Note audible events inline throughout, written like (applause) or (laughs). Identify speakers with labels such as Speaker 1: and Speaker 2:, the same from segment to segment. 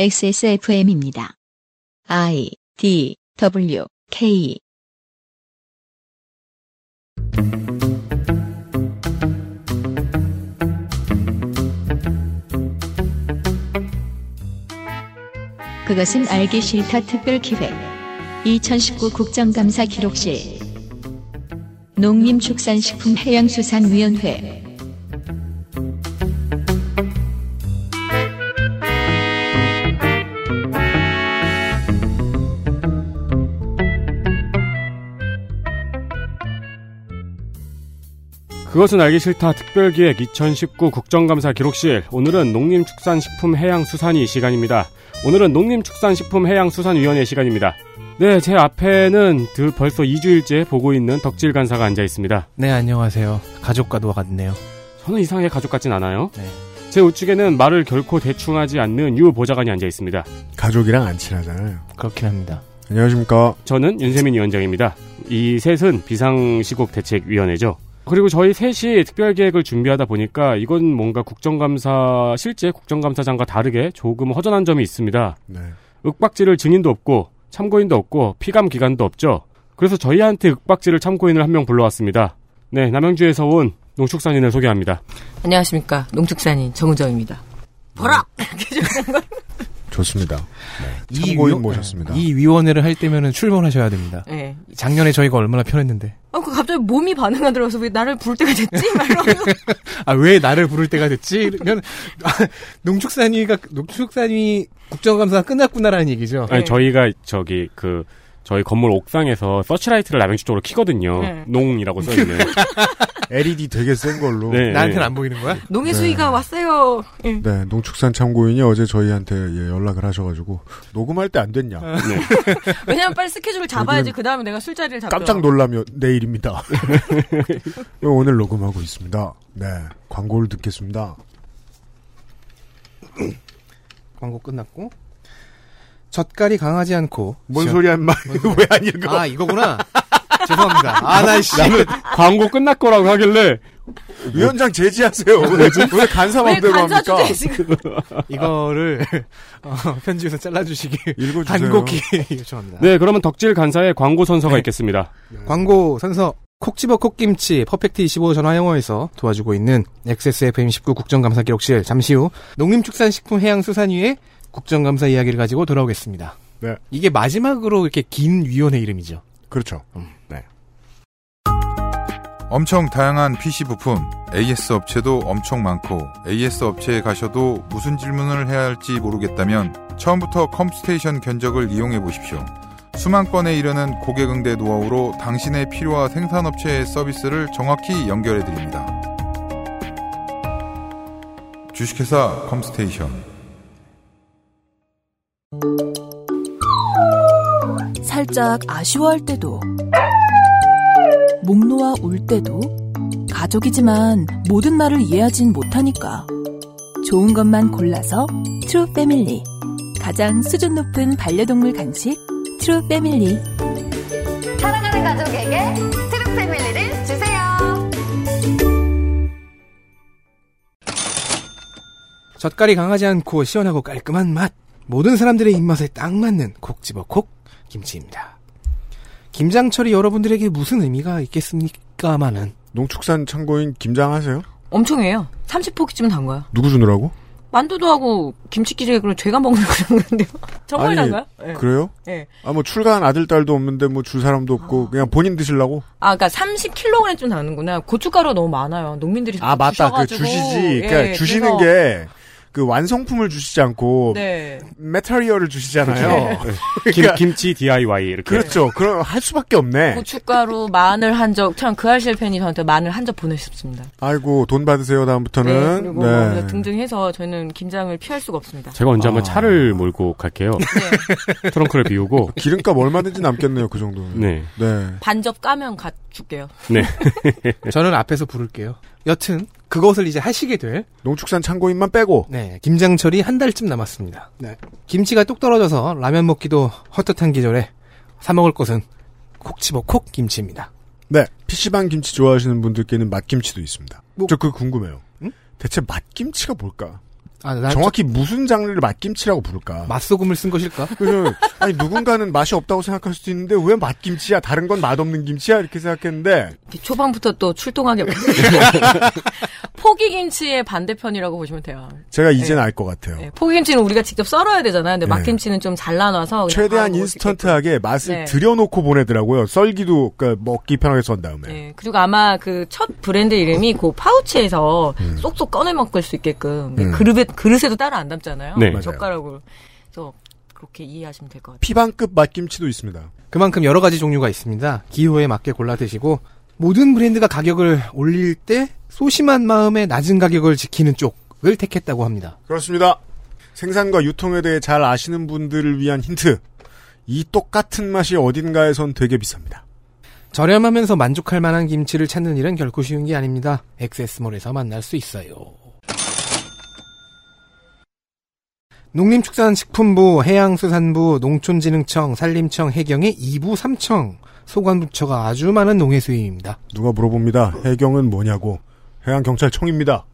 Speaker 1: XSFM입니다. I D W K 그것은 알기 싫다 특별 기획 2019 국정감사 기록실 농림축산식품해양수산위원회
Speaker 2: 그것은 알기 싫다 특별기획 2019 국정감사 기록실 오늘은 농림축산식품해양수산이 시간입니다. 오늘은 농림축산식품해양수산위원회 시간입니다. 네, 제 앞에는 드- 벌써 2주일째 보고 있는 덕질 간사가 앉아 있습니다.
Speaker 3: 네, 안녕하세요. 가족과도 같네요.
Speaker 2: 저는 이상하게 가족 같진 않아요.
Speaker 3: 네.
Speaker 2: 제 우측에는 말을 결코 대충하지 않는 유 보좌관이 앉아 있습니다.
Speaker 4: 가족이랑 안 친하잖아요.
Speaker 3: 그렇긴 합니다.
Speaker 4: 안녕하십니까.
Speaker 2: 저는 윤세민 위원장입니다. 이 셋은 비상시국 대책위원회죠. 그리고 저희 셋이 특별계획을 준비하다 보니까 이건 뭔가 국정감사 실제 국정감사장과 다르게 조금 허전한 점이 있습니다.
Speaker 4: 네.
Speaker 2: 윽박지를 증인도 없고 참고인도 없고 피감 기관도 없죠. 그래서 저희한테 윽박지를 참고인을 한 명 불러왔습니다. 네, 남양주에서 온 농축산인을 소개합니다.
Speaker 5: 안녕하십니까 농축산인 정은정입니다. 보라
Speaker 4: 좋습니다.
Speaker 3: 이
Speaker 4: 참고인
Speaker 3: 위원-
Speaker 4: 모셨습니다.
Speaker 3: 이 위원회를 할 때면은 출범하셔야 됩니다.
Speaker 5: 예. 네.
Speaker 3: 작년에 저희가 얼마나 편했는데.
Speaker 5: 아, 그 갑자기 몸이 반응하더라고서 왜 나를 부를 때가 됐지? 막 (laughs) 이러고.
Speaker 3: 아, 왜 나를 부를 때가 됐지? 이러면, (laughs) 아, 농축산위가, 농축산위 국정감사가 끝났구나라는 얘기죠.
Speaker 2: 아니,
Speaker 5: 네.
Speaker 2: 저희가 저기 그 저희 건물 옥상에서 서치라이트를 남양주 쪽으로 키거든요.
Speaker 5: 네.
Speaker 2: 농이라고
Speaker 5: (laughs)
Speaker 2: 써있는.
Speaker 4: LED E 되게 센 걸로. 네.
Speaker 3: 나한테는 안 보이는 거야?
Speaker 5: 농해
Speaker 4: 네.
Speaker 5: 수위가 왔어요. 예.
Speaker 4: 농축산 참고인이 어제 저희한테 예, 연락을 하셔가지고 녹음할 때 안 됐냐.
Speaker 5: 왜냐면 빨리 스케줄을 잡아야지
Speaker 4: 요즘-
Speaker 5: 그 다음에 내가 술자리를 잡죠.
Speaker 4: 깜짝 놀라며 내일입니다. (laughs) 오늘 녹음하고 있습니다. 네. 광고를 듣겠습니다.
Speaker 3: 광고 끝났고. 젓갈이 강하지 않고.
Speaker 4: 뭔
Speaker 3: 지연-
Speaker 4: 소리야, 인마. 이거 왜 안 읽어?
Speaker 3: 아, 이거구나. (laughs) 죄송합니다. 아, 나 씨.
Speaker 2: 광고 끝날 거라고 하길래
Speaker 4: (laughs) 위원장 제지하세요. 오늘 왜 간사
Speaker 5: 왜
Speaker 4: 맘대로
Speaker 5: 간사
Speaker 4: 합니까?
Speaker 5: 주제 지금?
Speaker 3: 이거를, 어, 편집에서 잘라주시기.
Speaker 4: 읽어주세요.
Speaker 3: 단곡기 (laughs) 요청합니다.
Speaker 2: 네, 그러면 덕질 간사의 광고 선서가
Speaker 4: 네.
Speaker 2: 있겠습니다.
Speaker 3: 광고 선서 콕 집어 콕김치 퍼펙트 25 전화영어에서 도와주고 있는 XSFM19 국정감사 기록실 잠시 후 농림축산식품해양수산위의 국정감사 이야기를 가지고 돌아오겠습니다.
Speaker 4: 네.
Speaker 3: 이게 마지막으로 이렇게 긴 위원회 이름이죠.
Speaker 4: 그렇죠.
Speaker 6: 엄청 다양한 PC 부품, AS 업체도 엄청 많고 AS 업체에 가셔도 무슨 질문을 해야 할지 모르겠다면 처음부터 컴스테이션 견적을 이용해 보십시오. 수만 건에 이르는 고객응대 노하우로 당신의 필요와 생산업체의 서비스를 정확히 연결해 드립니다. 주식회사 컴스테이션
Speaker 7: 살짝 아쉬워할 때도 목 놓아 울 때도 가족이지만 모든 말을 이해하진 못하니까 좋은 것만 골라서 트루 패밀리 가장 수준 높은 반려동물 간식 트루 패밀리
Speaker 8: 사랑하는 가족에게 트루 패밀리를 주세요.
Speaker 3: 젓갈이 강하지 않고 시원하고 깔끔한 맛. 모든 사람들의 입맛에 딱 맞는 콕 집어 콕 김치입니다. 김장철이 여러분들에게 무슨 의미가 있겠습니까마는
Speaker 4: 농축산 참고인 김장하세요?
Speaker 5: 엄청해요. 30포기쯤 단 거야.
Speaker 4: 누구 주느라고?
Speaker 5: 만두도 하고 김치찌개 그럼 죄가 먹는 거라 그러는데요. 정말
Speaker 4: 아니,
Speaker 5: 단 거야? 예.
Speaker 4: 그래요?
Speaker 5: 예.
Speaker 4: 아, 뭐 출가한 아들, 딸도 없는데 뭐 줄 사람도 없고 그냥 본인 드시려고?
Speaker 5: 아, 그러니까 30kg쯤 다는구나. 고춧가루 가 너무 많아요. 농민들이
Speaker 4: 아 맞다 그
Speaker 5: 주셔가지고.
Speaker 4: 주시지
Speaker 5: 예,
Speaker 4: 그러니까 주시는
Speaker 5: 그래서-
Speaker 4: 게 그 완성품을 주시지 않고
Speaker 5: 네.
Speaker 4: 메테리얼을 주시잖아요
Speaker 2: 김, 김치 DIY 이렇게.
Speaker 4: (laughs) 그러니까 그렇죠 그럼 할 수밖에 없네
Speaker 5: 고춧가루, 마늘 한 적. 참, 그 알실 팬이 저한테 마늘 한 적 보내셨습니다.
Speaker 4: 아이고 돈 받으세요
Speaker 5: 네,
Speaker 4: 다음부터는
Speaker 5: 그리고
Speaker 4: 네.
Speaker 5: 뭐 등등 해서 저희는 김장을 피할 수가 없습니다.
Speaker 2: 제가 언제 한번
Speaker 4: 아.
Speaker 2: 차를 몰고 갈게요.
Speaker 5: 네.
Speaker 2: (laughs) 트렁크를 비우고.
Speaker 4: 기름값 얼마든지 남겠네요 그 정도는
Speaker 2: 네.
Speaker 4: 네.
Speaker 5: 반접 까면 갓 줄게요.
Speaker 4: (laughs)
Speaker 3: 저는 앞에서 부를게요. 여튼 그것을 이제 하시게 될
Speaker 4: 농축산 창고인만 빼고
Speaker 3: 네, 김장철이 한 달쯤 남았습니다.
Speaker 4: 네.
Speaker 3: 김치가 뚝 떨어져서 라면 먹기도 헛헛한 계절에 사 먹을 것은 콕치버 콕 김치입니다.
Speaker 4: 네 PC방 김치 좋아하시는 분들께는 맛김치도 있습니다 그
Speaker 3: 뭐-
Speaker 4: 저 그거 궁금해요
Speaker 3: 응?
Speaker 4: 대체 맛김치가 뭘까
Speaker 3: 아, 난
Speaker 4: 정확히 무슨 장르를 맛김치라고 부를까?
Speaker 3: 저- 맛소금을 쓴 것일까?
Speaker 4: 그래서 아니 누군가는 맛이 없다고 생각할 수도 있는데 왜 맛김치야? 다른 건 맛없는 김치야? 이렇게 생각했는데
Speaker 5: 초반부터 또 출동하게
Speaker 4: (laughs)
Speaker 5: 포기김치의 반대편이라고 보시면 돼요.
Speaker 4: 제가 이제는 알 것 같아요.
Speaker 5: 네, 포기김치는 우리가 직접 썰어야 되잖아요. 근데
Speaker 4: 네.
Speaker 5: 막김치는 좀 잘라놔서 그냥
Speaker 4: 최대한
Speaker 5: 바로
Speaker 4: 인스턴트하게 맛을
Speaker 5: 네.
Speaker 4: 들여놓고 보내더라고요. 썰기도 그러니까 먹기 편하게 썬 다음에.
Speaker 5: 네, 그리고 아마 그 첫 브랜드 이름이 그 파우치에서 쏙쏙 꺼내 먹을 수 있게끔
Speaker 4: 음.
Speaker 5: 그릇에, 그릇에도 따로 안 담잖아요.
Speaker 2: 네.
Speaker 4: 맞아요.
Speaker 5: 젓가락으로. 그래서 그렇게 이해하시면 될 것 같아요.
Speaker 4: 피방급 맛김치도 있습니다.
Speaker 3: 그만큼 여러 가지 종류가 있습니다. 기호에 맞게 골라 드시고 모든 브랜드가 가격을 올릴 때 소심한 마음에 낮은 가격을 지키는 쪽을 택했다고 합니다.
Speaker 4: 그렇습니다. 생산과 유통에 대해 잘 아시는 분들을 위한 힌트. 이 똑같은 맛이 어딘가에선 되게 비쌉니다.
Speaker 3: 저렴하면서 만족할 만한 김치를 찾는 일은 결코 쉬운 게 아닙니다. 엑세스몰에서 만날 수 있어요. 농림축산식품부, 해양수산부, 농촌진흥청, 산림청, 해경의 2부 3청 소관부처가 아주 많은 농해 수입입니다.
Speaker 4: 누가 물어봅니다. 해경은 뭐냐고. 해양경찰청입니다.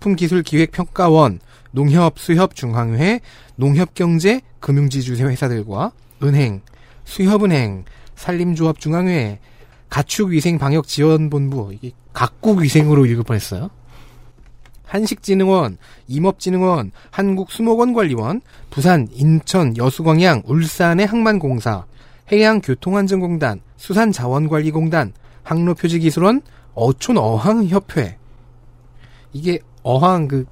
Speaker 3: 농림식품기술기획평가원, 농협, 수협, 중앙회, 농협경제, 금융지주세 회사들과 은행, 수협은행, 산림조합 중앙회, 가축위생방역지원본부, 이게 각국위생으로 읽을 뻔했어요. 한식진흥원, 임업진흥원, 한국수목원관리원, 부산, 인천, 여수광양, 울산의 항만공사, 해양교통안전공단, 수산자원관리공단, 항로표지기술원, 어촌어항협회, 이게 어항 그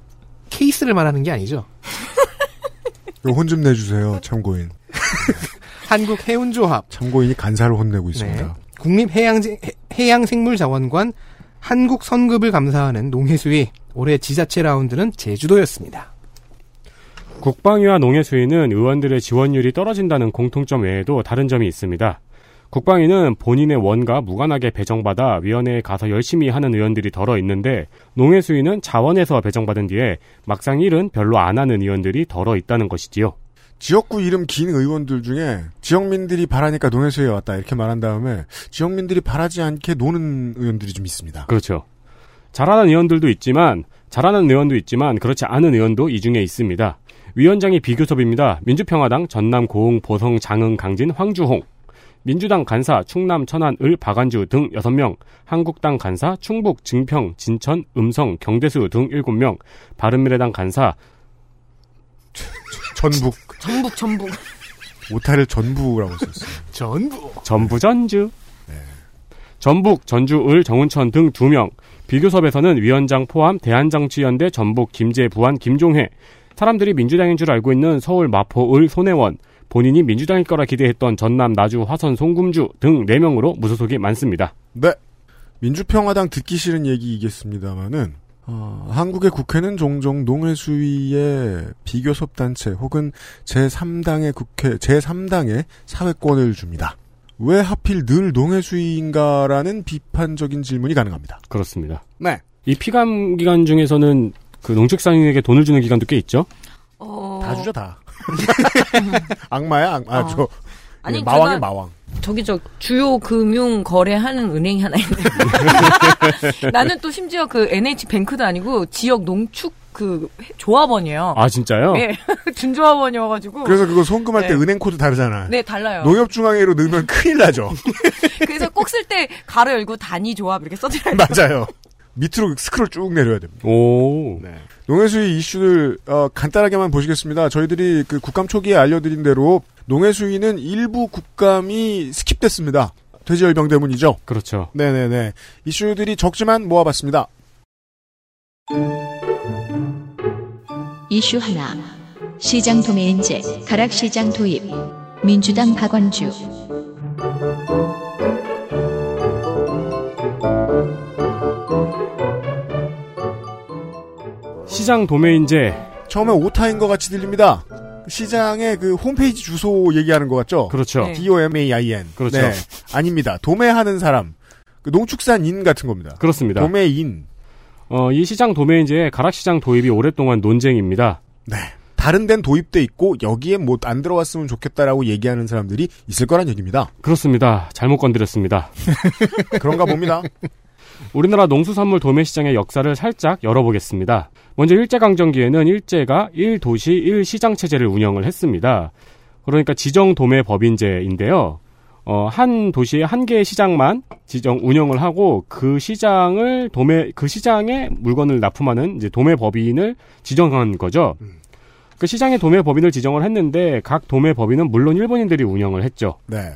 Speaker 3: 케이스를 말하는 게 아니죠.
Speaker 4: 혼 좀 내주세요. 참고인.
Speaker 3: 한국 해운조합,
Speaker 4: 참고인이 간사를 혼내고 있습니다.
Speaker 3: 네. 국립해양생물자원관 한국 선급을 감사하는 농해수위 올해 지자체 라운드는 제주도였습니다.
Speaker 2: 국방위와 농해수위는 의원들의 지원율이 떨어진다는 공통점 외에도 다른 점이 있습니다. 국방위는 본인의 원과 무관하게 배정받아 위원회에 가서 열심히 하는 의원들이 덜어 있는데 농해수위는 자원에서 배정받은 뒤에 막상 일은 별로 안 하는 의원들이 덜어 있다는 것이지요.
Speaker 4: 지역구 이름 긴 의원들 중에 지역민들이 바라니까 농해수에 왔다 이렇게 말한 다음에 지역민들이 바라지 않게 노는 의원들이 좀 있습니다.
Speaker 2: 그렇죠. 잘하는 의원들도 있지만 잘하는 의원도 있지만 그렇지 않은 의원도 이 중에 있습니다. 위원장이 비교섭입니다. 민주평화당 전남 고흥 보성 장흥 강진 황주홍 민주당 간사 충남 천안 을 박안주 등 6명, 한국당 간사 충북 증평 진천 음성 경대수 등 7명, 바른미래당 간사
Speaker 4: 전북
Speaker 5: 전북, 전북.
Speaker 4: 오타를 전부라고 썼어요.
Speaker 3: 전부
Speaker 2: 전부 전주. 전북, 전주, 을, 정운천 등 2명. 비교섭에서는 위원장 포함 대한정치연대 전북 김제 부안 김종혜. 사람들이 민주당인 줄 알고 있는 서울 마포 을 손혜원. 본인이 민주당일 거라 기대했던 전남 나주 화선 송금주 등 4명으로 무소속이 많습니다.
Speaker 4: 네. 민주평화당 듣기 싫은 얘기이겠습니다만은 한국의 국회는 종종 농해수위의 비교섭단체 혹은 제3당의 국회 제3당의 사회권을 줍니다. 왜 하필 늘 농해수위인가라는 비판적인 질문이 가능합니다.
Speaker 2: 그렇습니다.
Speaker 4: 네.
Speaker 2: 이 피감 기관 중에서는 그 농축산인에게 돈을 주는 기관도 꽤 있죠.
Speaker 5: 어,
Speaker 4: 다 주죠 다. (laughs) 악마야 악마 아,
Speaker 5: 어.
Speaker 4: 저
Speaker 5: 아니,
Speaker 4: 마왕의
Speaker 5: 제가-
Speaker 4: 마왕.
Speaker 5: 저기 저 주요 금융 거래하는 은행이 하나 있는데
Speaker 4: (laughs)
Speaker 5: 나는 또 심지어 그 NH뱅크도 아니고 지역 농축 그 조합원이에요.
Speaker 2: 아, 진짜요?
Speaker 5: 예, (laughs) 준조합원이어가지고
Speaker 4: 그래서 그거 송금할 때
Speaker 5: 네.
Speaker 4: 은행 코드 다르잖아.
Speaker 5: 네 달라요.
Speaker 4: 농협중앙회로 넣으면 큰일
Speaker 5: (laughs)
Speaker 4: 나죠. (laughs)
Speaker 5: 그래서 꼭 쓸 때 가로 열고 단위 조합 이렇게 써드려요.
Speaker 4: 맞아요. 밑으로 스크롤 쭉 내려야 됩니다.
Speaker 2: 오.
Speaker 4: 농해수위 이슈를 어, 간단하게만 보시겠습니다. 저희들이 그 국감 초기에 알려드린 대로 농해수위는 일부 국감이 스킵됐습니다. 돼지 열병 때문이죠.
Speaker 2: 그렇죠.
Speaker 4: 네네네. 이슈들이 적지만 모아봤습니다.
Speaker 1: 이슈 하나. 시장 도매인제, 가락시장 도입. 민주당 박원주.
Speaker 2: 시장 도매인제
Speaker 4: 처음에 오타인 것 같이 들립니다. 시장의 그 홈페이지 주소 얘기하는 것 같죠?
Speaker 2: 그렇죠.
Speaker 5: 네.
Speaker 4: D-O-M-A-I-N.
Speaker 2: 그렇죠.
Speaker 4: 네. 아닙니다. 도매하는 사람. 그 농축산인 같은 겁니다.
Speaker 2: 그렇습니다.
Speaker 4: 도매인.
Speaker 2: 어, 이 시장 도매인제의 가락시장 도입이 오랫동안 논쟁입니다.
Speaker 4: 다른 데는 도입돼 있고 여기에 못 안 들어왔으면 좋겠다라고 얘기하는 사람들이 있을 거란 얘기입니다.
Speaker 2: 그렇습니다. 잘못 건드렸습니다. (laughs)
Speaker 4: 그런가 봅니다.
Speaker 2: 우리나라 농수산물 도매 시장의 역사를 살짝 열어보겠습니다. 먼저 일제강점기에는 일제가 1도시 1시장 체제를 운영을 했습니다. 그러니까 지정 도매 법인제인데요. 어, 한 도시에 한 개의 시장만 지정 운영을 하고 그 시장을 도매 그 시장에 물건을 납품하는 이제 도매 법인을 지정한 거죠. 그 시장에 도매 법인을 지정을 했는데 각 도매 법인은 물론 일본인들이 운영을 했죠.
Speaker 4: 네.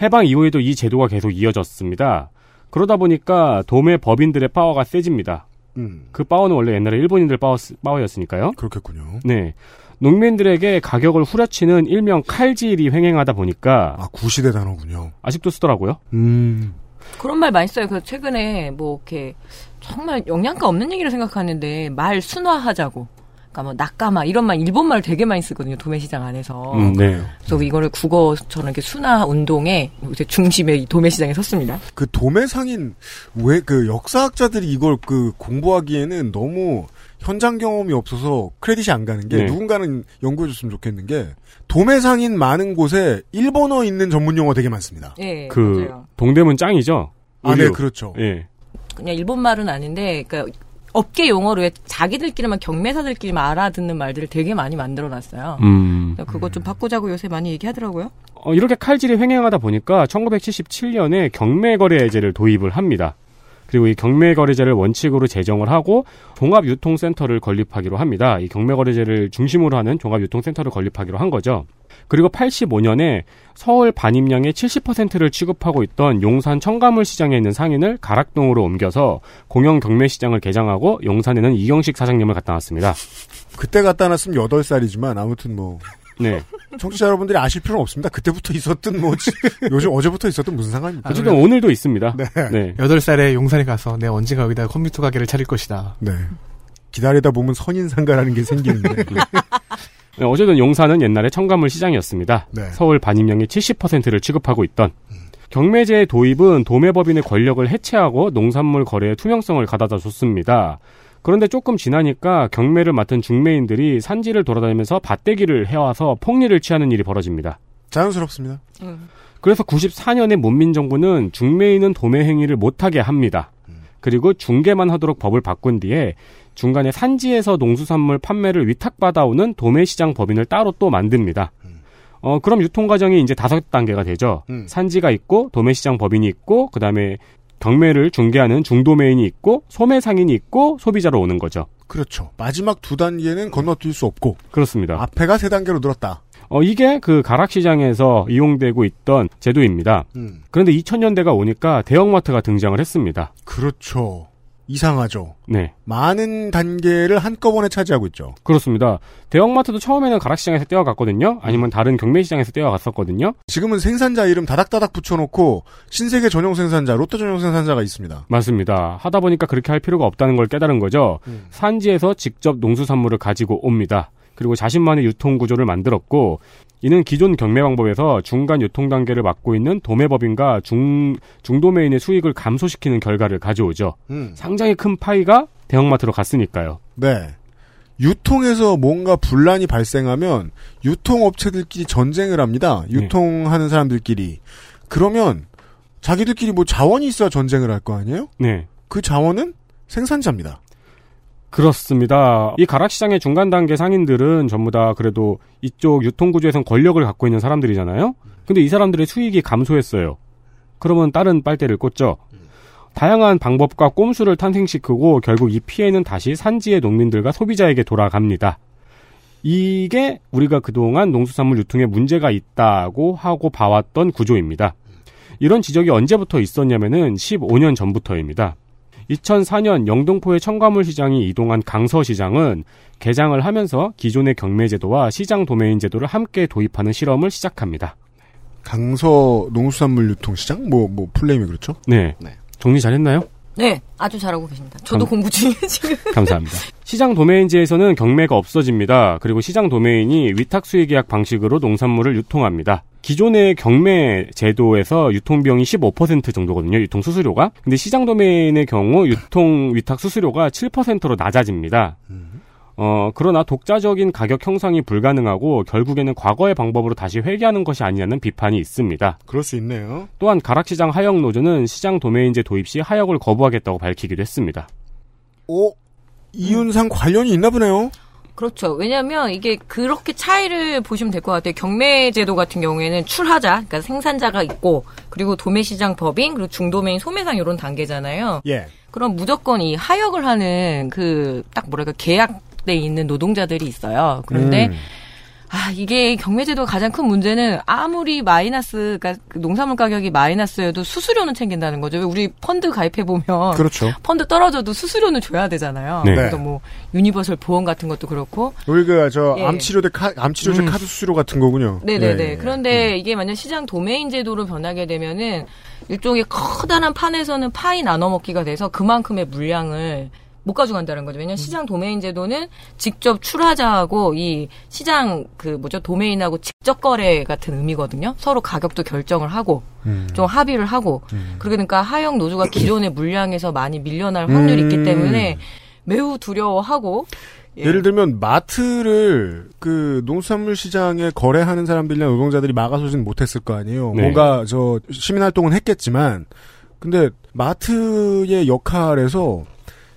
Speaker 2: 해방 이후에도 이 제도가 계속 이어졌습니다. 그러다 보니까 도매 법인들의 파워가 세집니다.
Speaker 4: 음.
Speaker 2: 그 파워는 원래 옛날에 일본인들 파워, 파워였으니까요.
Speaker 4: 그렇겠군요.
Speaker 2: 네. 농민들에게 가격을 후려치는 일명 칼질이 횡행하다 보니까
Speaker 4: 아, 구시대 단어군요.
Speaker 2: 아직도 쓰더라고요.
Speaker 4: 음.
Speaker 5: 그런 말 많이 써요. 그 최근에 뭐 이렇게 정말 영양가 없는 얘기를 생각하는데 말 순화하자고. 그러니까 뭐 낙가마 이런 말 일본 말 되게 많이 쓰거든요. 도매시장 안에서.
Speaker 2: 음, 네.
Speaker 5: 아, 그래서 이거를 국어처럼 이렇게 순화 운동의 요새 중심에 이 도매시장에 섰습니다.
Speaker 4: 그 도매상인 왜 그 역사학자들이 이걸 그 공부하기에는 너무 현장 경험이 없어서 크레딧이 안 가는 게
Speaker 2: 네.
Speaker 4: 누군가는 연구해줬으면 좋겠는 게 도매상인 많은 곳에 일본어 있는 전문 용어 되게 많습니다.
Speaker 5: 예.
Speaker 2: 그
Speaker 5: 맞아요.
Speaker 2: 동대문 짱이죠.
Speaker 4: 아, 네,
Speaker 2: 의류.
Speaker 4: 그렇죠.
Speaker 2: 예.
Speaker 5: 그냥 일본 말은 아닌데 그러니까 업계 용어로 왜 자기들끼리만 경매사들끼리만 알아듣는 말들을 되게 많이 만들어 놨어요.
Speaker 2: 음.
Speaker 5: 그래서 그거 좀 바꾸자고 요새 많이 얘기하더라고요.
Speaker 2: 어, 이렇게 칼질이 횡행하다 보니까 1977년에 경매거래제를 도입을 합니다. 그리고 이 경매거래제를 원칙으로 제정을 하고 종합유통센터를 건립하기로 합니다. 이 경매거래제를 중심으로 하는 종합유통센터를 건립하기로 한 거죠. 그리고 85년에 서울 반입량의 70%를 취급하고 있던 용산 청가물 시장에 있는 상인을 가락동으로 옮겨서 공영 경매 시장을 개장하고 용산에는 이경식 사장님을 갖다 놨습니다.
Speaker 4: 그때 갖다 놨으면 8살이지만 아무튼 뭐
Speaker 2: 네.
Speaker 4: 청취자 여러분들이 아실 필요는 없습니다. 그때부터 있었든 뭐 지- 요즘 어제부터 있었든 무슨 상관입니까?
Speaker 2: 어쨌든 오늘도 있습니다. 네.
Speaker 3: 8살에 용산에 가서 내가 언젠가 여기다 컴퓨터 가게를 차릴 것이다.
Speaker 4: 네. 기다리다 보면 선인상가라는 게
Speaker 2: (laughs)
Speaker 4: 생기는데.
Speaker 2: 네, 어쨌든 용산은 옛날에 청가물 시장이었습니다.
Speaker 4: 네.
Speaker 2: 서울 반입량의 70%를 취급하고 있던 경매제의 도입은 도매법인의 권력을 해체하고 농산물 거래의 투명성을 가져다 줬습니다. 그런데 조금 지나니까 경매를 맡은 중매인들이 산지를 돌아다니면서 밭대기를 해와서 폭리를 취하는 일이 벌어집니다.
Speaker 4: 자연스럽습니다.
Speaker 2: 그래서 94년에 문민정부는 중매인은 도매 행위를 못하게 합니다. 그리고 중개만 하도록 법을 바꾼 뒤에 중간에 산지에서 농수산물 판매를 위탁받아오는 도매시장 법인을 따로 또 만듭니다. 어, 그럼 유통과정이 이제 다섯 단계가 되죠.
Speaker 4: 음.
Speaker 2: 산지가 있고, 도매시장 법인이 있고, 그 다음에 경매를 중개하는 중도매인이 있고, 소매상인이 있고, 소비자로 오는 거죠.
Speaker 4: 그렇죠. 마지막 두 단계는 건너뛸 수 없고
Speaker 2: 그렇습니다.
Speaker 4: 앞에가 세 단계로 늘었다.
Speaker 2: 어, 이게 그 가락시장에서 이용되고 있던 제도입니다.
Speaker 4: 음.
Speaker 2: 그런데 2000년대가 오니까 대형마트가 등장을 했습니다.
Speaker 4: 그렇죠. 이상하죠.
Speaker 2: 네,
Speaker 4: 많은 단계를 한꺼번에 차지하고 있죠.
Speaker 2: 그렇습니다. 대형마트도 처음에는 가락시장에서 떼어갔거든요. 아니면 다른 경매시장에서 떼어갔었거든요.
Speaker 4: 지금은 생산자 이름 다닥다닥 붙여놓고 신세계 전용 생산자, 롯데 전용 생산자가 있습니다.
Speaker 2: 맞습니다. 하다 보니까 그렇게 할 필요가 없다는 걸 깨달은 거죠. 산지에서 직접 농수산물을 가지고 옵니다. 그리고 자신만의 유통 구조를 만들었고, 이는 기존 경매 방법에서 중간 유통 단계를 맡고 있는 도매법인과 중, 중도매인의 수익을 감소시키는 결과를 가져오죠.
Speaker 4: 음.
Speaker 2: 상당히 큰 파이가 대형마트로 갔으니까요.
Speaker 4: 네. 유통에서 뭔가 분란이 발생하면 유통업체들끼리 전쟁을 합니다. 유통하는 사람들끼리. 그러면 자기들끼리 뭐 자원이 있어야 전쟁을 할 거 아니에요?
Speaker 2: 네.
Speaker 4: 그 자원은 생산자입니다.
Speaker 2: 그렇습니다. 이 가락시장의 중간 단계 상인들은 전부 다 그래도 이쪽 유통구조에선 권력을 갖고 있는 사람들이잖아요? 근데 이 사람들의 수익이 감소했어요. 그러면 다른 빨대를 꽂죠. 다양한 방법과 꼼수를 탄생시키고 결국 이 피해는 다시 산지의 농민들과 소비자에게 돌아갑니다. 이게 우리가 그동안 농수산물 유통에 문제가 있다고 하고 봐왔던 구조입니다. 이런 지적이 언제부터 있었냐면은 15년 전부터입니다. 2004년 영등포의 청과물 시장이 이동한 강서 시장은 개장을 하면서 기존의 경매 제도와 시장 도메인 제도를 함께 도입하는 실험을 시작합니다.
Speaker 4: 강서 농수산물 유통시장? 뭐, 뭐, 플레임이 그렇죠?
Speaker 2: 네. 정리 잘했나요?
Speaker 5: 네, 아주 잘하고 계십니다. 저도
Speaker 2: 감-
Speaker 5: 공부 중이에요 (laughs) 지금.
Speaker 2: 감사합니다. (laughs) 시장 도메인지에서는 경매가 없어집니다. 그리고 시장 도메인이 위탁 수의 계약 방식으로 농산물을 유통합니다. 기존의 경매 제도에서 유통 비용이 15% 정도거든요. 유통 수수료가. 근데 시장 도메인의 경우 유통 위탁 수수료가 7%로 낮아집니다. 어, 그러나 독자적인 가격 형상이 불가능하고 결국에는 과거의 방법으로 다시 회귀하는 것이 아니냐는 비판이 있습니다.
Speaker 4: 그럴 수 있네요.
Speaker 2: 또한 가락시장 하역 노조는 시장 도매인제 도입 시 하역을 거부하겠다고 밝히기도 했습니다.
Speaker 4: 오 어? 이윤상 관련이 있나 보네요.
Speaker 5: 그렇죠. 왜냐하면 이게 그렇게 차이를 보시면 될 것 같아요. 경매제도 같은 경우에는 출하자, 그러니까 생산자가 있고, 그리고 도매시장 법인, 그리고 중도매인 소매상 이런 단계잖아요.
Speaker 4: 예.
Speaker 5: 그럼 무조건 이 하역을 하는 그 딱 뭐랄까 계약돼 있는 노동자들이 있어요. 그런데
Speaker 4: 음.
Speaker 5: 아 이게 경매제도 가장 큰 문제는 아무리 마이너스, 그러니까 그 농산물 가격이 마이너스여도 수수료는 챙긴다는 거죠. 왜 우리 펀드 가입해 보면
Speaker 4: 그렇죠.
Speaker 5: 펀드 떨어져도 수수료는 줘야 되잖아요.
Speaker 2: 네.
Speaker 5: 그래서 뭐 유니버설 보험 같은 것도 그렇고
Speaker 4: 우리 그저
Speaker 5: 예. 음.
Speaker 4: 암치료제 카 암치료제 카드 수수료 같은 거군요.
Speaker 5: 네네네.
Speaker 4: 예, 예.
Speaker 5: 그런데 이게 만약 시장 도메인 제도로 변하게 되면은 일종의 커다란 판에서는 파이 나눠 먹기가 돼서 그만큼의 물량을 못 가져간다는
Speaker 4: 음.
Speaker 5: 거죠. 왜냐면 시장 도메인 제도는 직접 출하자하고 이 시장 그 뭐죠 도메인하고 직접 거래 같은 의미거든요. 서로 가격도 결정을 하고
Speaker 4: 음.
Speaker 5: 좀 합의를 하고 그러니까 하역 노조가 기존의 물량에서 많이 밀려날 확률이
Speaker 4: 음.
Speaker 5: 있기 때문에 매우 두려워하고 예.
Speaker 4: 예를 들면 마트를 그 농산물 시장에 거래하는 사람들이나 노동자들이 막아서진 못했을 거 아니에요.
Speaker 2: 네.
Speaker 4: 뭔가 저 시민 활동은 했겠지만 근데 마트의 역할에서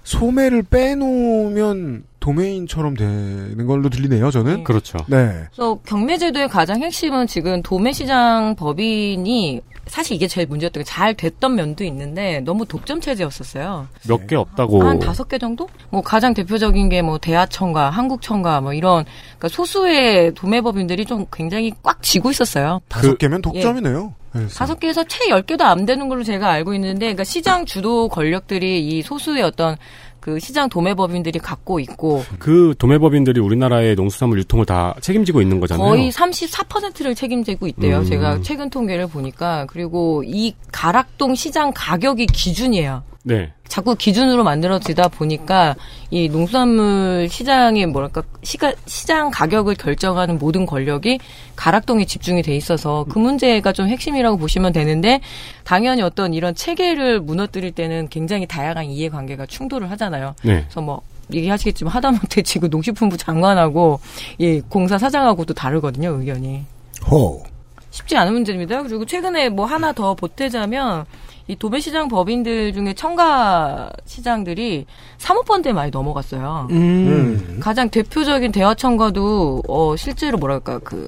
Speaker 4: 소매를 빼놓으면 도메인처럼 되는 걸로 들리네요.
Speaker 5: 예.
Speaker 4: 저는.
Speaker 2: 그렇죠.
Speaker 4: 네.
Speaker 5: 그래서 경매제도의 가장 핵심은 지금 도매시장 법인이 사실 이게 제일 문제였던 게 잘 됐던 면도 있는데 너무 독점 체제였었어요.
Speaker 2: 몇 개 없다고.
Speaker 5: 한 다섯 개 정도? 뭐 가장 대표적인 게 뭐 대하청과 한국청과 뭐 이런 그러니까 소수의 도매법인들이 좀 굉장히 꽉 쥐고 있었어요.
Speaker 4: 다섯 개면 독점이네요. 그래서.
Speaker 5: 예. 다섯 개에서 채 열 개도 안 되는 걸로 제가 알고 있는데, 그러니까 시장 주도 권력들이 이 소수의 어떤 그 시장 도매법인들이 갖고 있고
Speaker 2: 그 도매법인들이 우리나라의 농수산물 유통을 다 책임지고 있는 거잖아요.
Speaker 5: 거의 34%를 책임지고 있대요.
Speaker 2: 음.
Speaker 5: 제가 최근 통계를 보니까 그리고 이 가락동 시장 가격이 기준이에요.
Speaker 2: 네.
Speaker 5: 자꾸 기준으로 만들어지다 보니까 이 농산물 시장의 뭐랄까 시가, 시장 가격을 결정하는 모든 권력이 가락동에 집중이 돼 있어서 그 문제가 좀 핵심이라고 보시면 되는데 당연히 어떤 이런 체계를 무너뜨릴 때는 굉장히 다양한 이해관계가 충돌을 하잖아요.
Speaker 2: 네.
Speaker 5: 그래서 뭐 얘기하시겠지만 하다못해 지금 농식품부 장관하고 예 공사 사장하고도 다르거든요 의견이
Speaker 4: 호.
Speaker 5: 쉽지 않은 문제입니다. 그리고 최근에 뭐 하나 더 보태자면 이 도배시장 법인들 중에 청가 시장들이 사모펀드에 많이 넘어갔어요.
Speaker 4: 음.
Speaker 5: 가장 대표적인 대화청가도 어 실제로 뭐랄까 그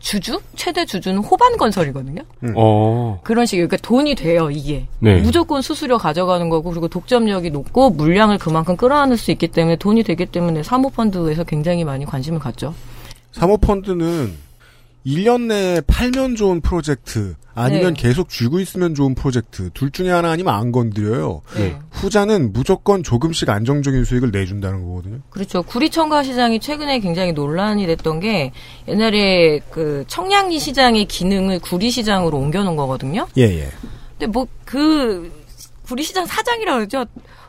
Speaker 5: 주주 최대 주주는 호반건설이거든요.
Speaker 2: 어.
Speaker 5: 그런 식의 그러니까 돈이 돼요 이게
Speaker 2: 네.
Speaker 5: 무조건 수수료 가져가는 거고 그리고 독점력이 높고 물량을 그만큼 끌어안을 수 있기 때문에 돈이 되기 때문에 사모펀드에서 굉장히 많이 관심을 갖죠.
Speaker 4: 사모펀드는 1년 내에 팔면 좋은 프로젝트 아니면
Speaker 5: 네.
Speaker 4: 계속 쥐고 있으면 좋은 프로젝트 둘 중에 하나 아니면 안 건드려요.
Speaker 5: 네.
Speaker 4: 후자는 무조건 조금씩 안정적인 수익을 내준다는 거거든요.
Speaker 5: 그렇죠. 구리청가 시장이 최근에 굉장히 논란이 됐던 게 옛날에 그 청량리 시장의 기능을 구리 시장으로 옮겨놓은 거거든요.
Speaker 4: 예, 예.
Speaker 5: 근데 뭐 그 구리 시장 사장이라고 그러죠.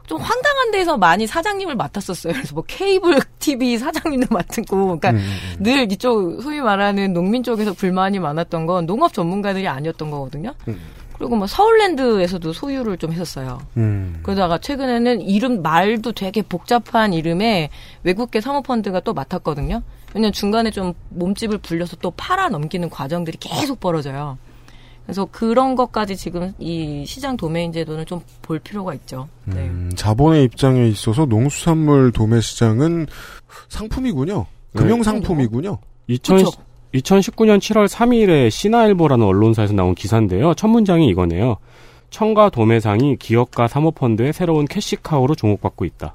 Speaker 5: 좀 황당한 데서 많이 사장님을 맡았었어요. 그래서 뭐 케이블 TV 사장님도 맡고, 그러니까 늘 이쪽 소위 말하는 농민 쪽에서 불만이 많았던 건 농업 전문가들이 아니었던 거거든요. 그리고 뭐 서울랜드에서도 소유를 좀 했었어요.
Speaker 4: 음.
Speaker 5: 그러다가 최근에는 이름 말도 되게 복잡한 이름에 외국계 사모펀드가 또 맡았거든요. 왜냐면 중간에 좀 몸집을 불려서 또 팔아 넘기는 과정들이 계속 벌어져요. 그래서 그런 것까지 지금 이 시장 도메인 제도는 좀 볼 필요가 있죠. 네.
Speaker 4: 음, 자본의 입장에 있어서 농수산물 도매 시장은 상품이군요.
Speaker 2: 네.
Speaker 4: 금융 상품이군요.
Speaker 2: 2000,
Speaker 5: 그쵸.
Speaker 2: 2019년 7월 3일에 시나일보라는 언론사에서 나온 기사인데요. 첫 문장이 이거네요. 청가 도매상이 기업가 사모펀드의 새로운 캐시카우로 종목받고 있다.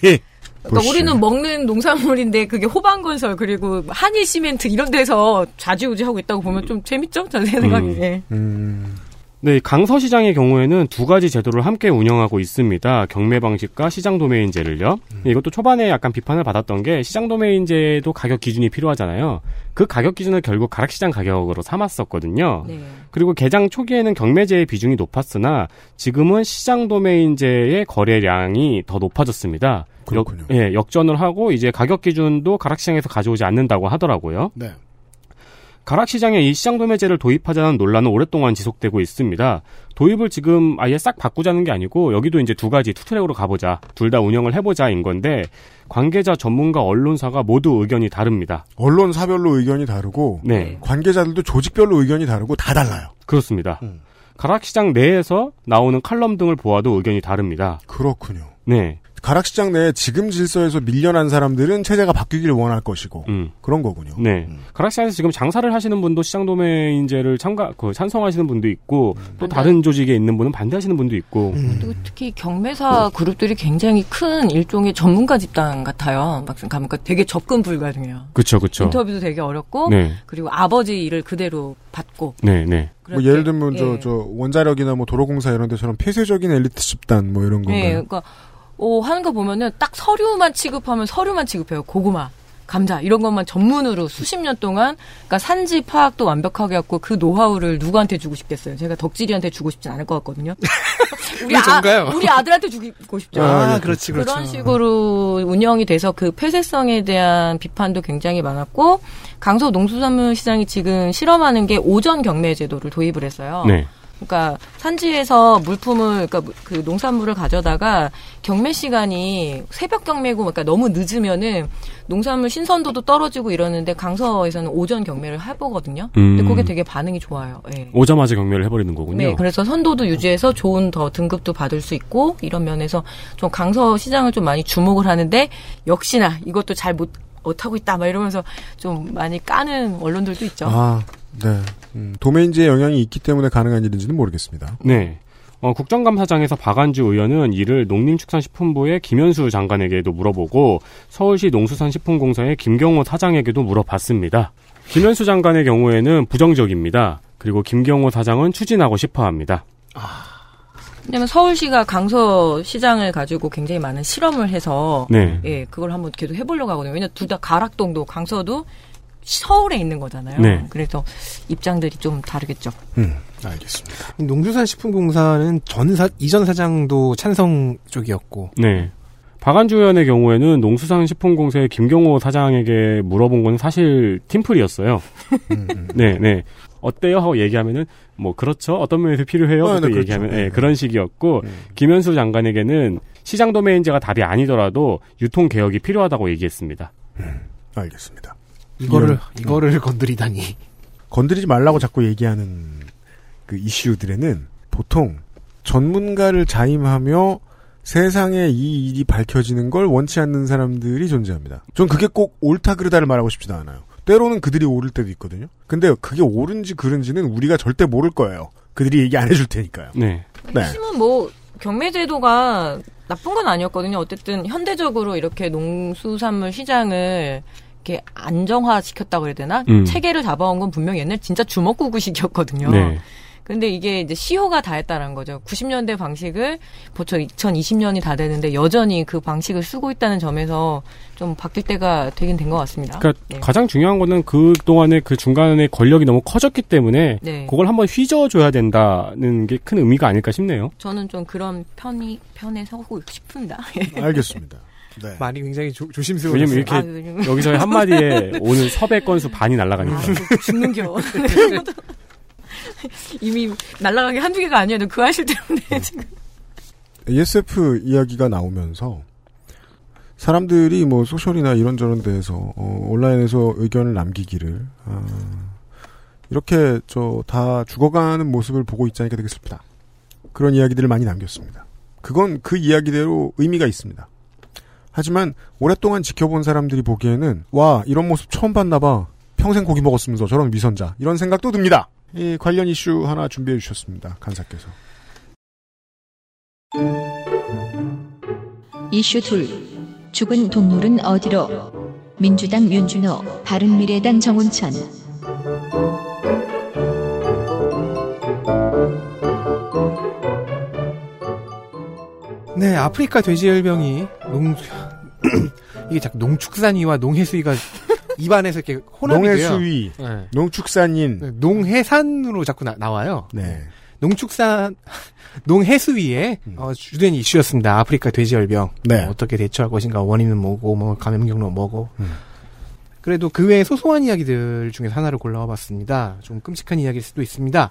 Speaker 5: 그러니까
Speaker 4: 보시죠.
Speaker 5: 우리는 먹는 농산물인데 그게 호반건설 그리고 한일 시멘트 이런 데서 좌지우지하고 있다고 보면 좀 재밌죠? 저는 생각에.
Speaker 2: 음.
Speaker 5: 예.
Speaker 4: 음.
Speaker 2: 네, 이 강서시장의 경우에는 두 가지 제도를 함께 운영하고 있습니다. 경매 방식과 시장 도메인제를요. 이것도 초반에 약간 비판을 받았던 게 시장 도메인제도 가격 기준이 필요하잖아요. 그 가격 기준을 결국 가락시장 가격으로 삼았었거든요.
Speaker 5: 네.
Speaker 2: 그리고 개장 초기에는 경매제의 비중이 높았으나 지금은 시장 도메인제의 거래량이 더 높아졌습니다.
Speaker 4: 그렇군요.
Speaker 2: 역, 예, 역전을 하고 이제 가격 기준도 가락시장에서 가져오지 않는다고 하더라고요.
Speaker 4: 네.
Speaker 2: 가락시장에 이 시장 도매제를 도입하자는 논란은 오랫동안 지속되고 있습니다. 도입을 지금 아예 싹 바꾸자는 게 아니고 여기도 이제 두 가지 투트랙으로 가보자, 둘 다 운영을 해보자인 건데 관계자, 전문가, 언론사가 모두 의견이 다릅니다.
Speaker 4: 언론사별로 의견이 다르고
Speaker 2: 네.
Speaker 4: 관계자들도 조직별로 의견이 다르고 다 달라요.
Speaker 2: 그렇습니다. 가락시장 내에서 나오는 칼럼 등을 보아도 의견이 다릅니다.
Speaker 4: 그렇군요.
Speaker 2: 네.
Speaker 4: 가락시장 내에 지금 질서에서 밀려난 사람들은 체제가 바뀌길 원할 것이고
Speaker 2: 음.
Speaker 4: 그런 거군요.
Speaker 2: 네. 가락시장에서 지금 장사를 하시는 분도 시장 도매인제를 참가, 그, 찬성하시는 분도 있고, 또 다른 조직에 있는 분은 반대하시는 분도 있고,
Speaker 5: 그리고 네. 특히 경매사 그룹들이 굉장히 큰 일종의 전문가 집단 같아요. 막상 가면 그 되게 접근 불가능해요.
Speaker 2: 그쵸, 그쵸.
Speaker 5: 인터뷰도 되게 어렵고
Speaker 2: 네.
Speaker 5: 그리고 아버지 일을 그대로 받고
Speaker 2: 네, 네.
Speaker 4: 뭐 예를 들면 저, 저 원자력이나 뭐 도로공사 이런 데처럼 폐쇄적인 엘리트 집단 뭐 이런
Speaker 5: 예,
Speaker 4: 건가요?
Speaker 5: 그러니까 오 하는 거 보면은 딱 서류만 취급하면 서류만 취급해요. 고구마, 감자 이런 것만 전문으로 수십 년 동안 그러니까 산지 파악도 완벽하게 갖고 그 노하우를 누구한테 주고 싶겠어요. 제가 덕질이한테 주고 싶진 않을 것
Speaker 3: (laughs)
Speaker 5: 같거든요. 우리
Speaker 3: 왜 전가요?
Speaker 5: 아 우리 아들한테 주고 싶죠.
Speaker 3: 아, 그렇지, 그렇죠.
Speaker 5: 그런 식으로 운영이 돼서 그 폐쇄성에 대한 비판도 굉장히 많았고 강서 농수산물 시장이 지금 실험하는 게 오전 경매 제도를 도입을 했어요.
Speaker 2: 네.
Speaker 5: 그러니까 산지에서 물품을 그러니까 무- 그 농산물을 가져다가 경매 시간이 새벽 경매고 그러니까 너무 늦으면은 농산물 신선도도 떨어지고 이러는데 강서에서는 오전 경매를 해보거든요. 근데
Speaker 2: 음.
Speaker 5: 그게 되게 반응이 좋아요. 예.
Speaker 2: 오자마자 경매를 해버리는 거군요.
Speaker 5: 네, 그래서 선도도 유지해서 좋은 더 등급도 받을 수 있고 이런 면에서 좀 강서 시장을 좀 많이 주목을 하는데 역시나 이것도 잘 못 못하고 있다 막 이러면서 좀 많이 까는 언론들도 있죠.
Speaker 4: 아, 네. 음, 도메인지의 영향이 있기 때문에 가능한 일인지는 모르겠습니다.
Speaker 2: 네. 어, 국정감사장에서 박안주 의원은 이를 농림축산식품부의 김현수 장관에게도 물어보고 서울시 농수산식품공사의 김경호 사장에게도 물어봤습니다. 김현수 장관의 경우에는 부정적입니다. 그리고 김경호 사장은 추진하고 싶어 합니다.
Speaker 5: 왜냐면 서울시가 강서 시장을 가지고 굉장히 많은 실험을 해서
Speaker 2: 네.
Speaker 5: 예, 그걸 한번 계속 해보려고 하거든요. 왜냐 둘 다 가락동도 강서도 서울에 있는 거잖아요.
Speaker 2: 네.
Speaker 5: 그래서 입장들이 좀 다르겠죠.
Speaker 4: 알겠습니다.
Speaker 3: 농수산식품공사는 전 사, 이전 사장도 찬성 쪽이었고
Speaker 2: 네. 박안주 의원의 경우에는 농수산식품공사의 김경호 사장에게 물어본 건 사실 팀플이었어요.
Speaker 4: 음.
Speaker 2: 네, 네. 어때요? 하고 얘기하면은 뭐 그렇죠. 어떤 면에서 필요해요? 그
Speaker 4: 아, 네, 그렇죠.
Speaker 2: 얘기하면 예,
Speaker 4: 네.
Speaker 2: 그런 식이었고 김현수 장관에게는 시장 도메인제가 답이 아니더라도 유통 개혁이 필요하다고 얘기했습니다.
Speaker 4: 알겠습니다.
Speaker 3: 이거를 이거를 (laughs) 건드리다니
Speaker 4: 건드리지 말라고 자꾸 얘기하는 그 이슈들에는 보통 전문가를 자임하며 세상에 이 일이 밝혀지는 걸 원치 않는 사람들이 존재합니다. 전 그게 꼭 옳다 그르다를 말하고 싶지도 않아요. 때로는 그들이 옳을 때도 있거든요. 근데 그게 옳은지 그른지는 우리가 절대 모를 거예요. 그들이 얘기 안 해줄 테니까요.
Speaker 2: 네.
Speaker 4: 네.
Speaker 5: 핵심은 뭐 경매제도가 나쁜 건 아니었거든요. 어쨌든 현대적으로 이렇게 농수산물 시장을 이렇게 안정화 시켰다고 해야 되나?
Speaker 2: 음.
Speaker 5: 체계를 잡아온 건 분명 히 옛날 진짜 주먹구구식이었거든요.
Speaker 2: 네.
Speaker 5: 근데 이게 이제 시효가 다 했다는 거죠. 90년대 방식을 보통 2020년이 다 되는데 여전히 그 방식을 쓰고 있다는 점에서 좀 바뀔 때가 되긴 된 것 같습니다.
Speaker 2: 그러니까
Speaker 5: 네.
Speaker 2: 가장 중요한 거는 그 동안에 그 중간에 권력이 너무 커졌기 때문에
Speaker 5: 네.
Speaker 2: 그걸 한번 휘저어줘야 된다는 게 큰 의미가 아닐까 싶네요.
Speaker 5: 저는 좀 그런 편이 편에 서고 싶습니다. (laughs)
Speaker 4: 알겠습니다. 네.
Speaker 3: 말이 굉장히 조, 조심스러워요.
Speaker 2: 왜냐면 이렇게
Speaker 5: 아, 요즘
Speaker 2: 여기서 한
Speaker 5: (laughs) 네.
Speaker 2: 마디에 오늘 섭외 건수 반이 날아가니까.
Speaker 5: 죽는 겨. (laughs) 이미 날라간 게 한두 개가 아니어도 그 아실 때문에 지금.
Speaker 4: ESF 이야기가 나오면서 사람들이 뭐 소셜이나 이런저런 데에서 어, 온라인에서 의견을 남기기를 아, 이렇게 저 다 죽어가는 모습을 보고 있자니까 되게 슬프다. 그런 이야기들을 많이 남겼습니다. 그건 그 이야기대로 의미가 있습니다. 하지만 오랫동안 지켜본 사람들이 보기에는 와 이런 모습 처음 봤나봐 평생 고기 먹었으면서 저런 위선자 이런 생각도 듭니다. 이 관련 이슈 하나 준비해 주셨습니다. 간사께서.
Speaker 1: 이슈 둘 죽은 동물은 어디로? 민주당 윤준호, 바른미래당 정운천.
Speaker 3: 네, 아프리카 돼지열병이 농 (clears throat) 이게 자꾸 농축산위와 농해수위가 (laughs) 입안에서 이렇게 혼합이 돼요.
Speaker 4: 농해수위,
Speaker 3: 네.
Speaker 4: 농축산인,
Speaker 3: 네, 농해산으로 자꾸 나, 나와요.
Speaker 4: 네.
Speaker 3: 농축산 (laughs) 농해수위의 어, 주된 이슈였습니다. 아프리카 돼지열병
Speaker 4: 음. 네.
Speaker 3: 어, 어떻게 대처할 것인가 원인은 뭐고 뭐 감염 경로 뭐고
Speaker 4: 음.
Speaker 3: 뭐 그래도 그 외에 소소한 이야기들 중에서 하나를 골라와 봤습니다. 좀 끔찍한 이야기일 수도 있습니다.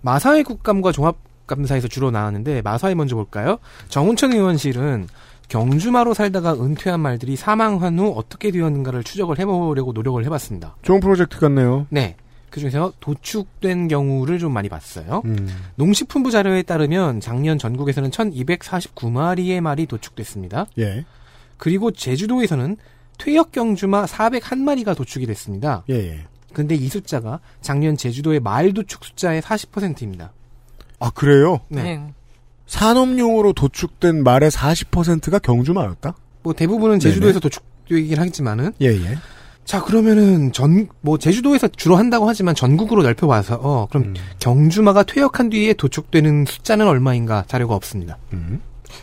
Speaker 3: 마사회 국감과 종합감사에서 주로 나왔는데 마사회 먼저 볼까요? 정운천 의원실은 경주마로 살다가 은퇴한 말들이 사망한 후 어떻게 되었는가를 추적을 해보려고 노력을 해봤습니다.
Speaker 4: 좋은 프로젝트 같네요.
Speaker 3: 네. 그 중에서 도축된 경우를 좀 많이 봤어요.
Speaker 4: 음.
Speaker 3: 농식품부 자료에 따르면 작년 전국에서는 1249마리의 말이 도축됐습니다.
Speaker 4: 예.
Speaker 3: 그리고 제주도에서는 퇴역 경주마 401마리가 도축이 됐습니다.
Speaker 4: 예, 예.
Speaker 3: 근데 이 숫자가 작년 제주도의 말 도축 숫자의 40%입니다.
Speaker 4: 아, 그래요?
Speaker 3: 네.
Speaker 4: 산업용으로 도축된 말의 40%가 경주마였다?
Speaker 3: 뭐 대부분은 제주도에서 도축되긴 하겠지만은
Speaker 4: 예, 예.
Speaker 3: 자 그러면은 전 뭐 제주도에서 주로 한다고 하지만 전국으로 넓혀봐서 어, 그럼 경주마가 퇴역한 뒤에 도축되는 숫자는 얼마인가 자료가 없습니다.
Speaker 4: 음.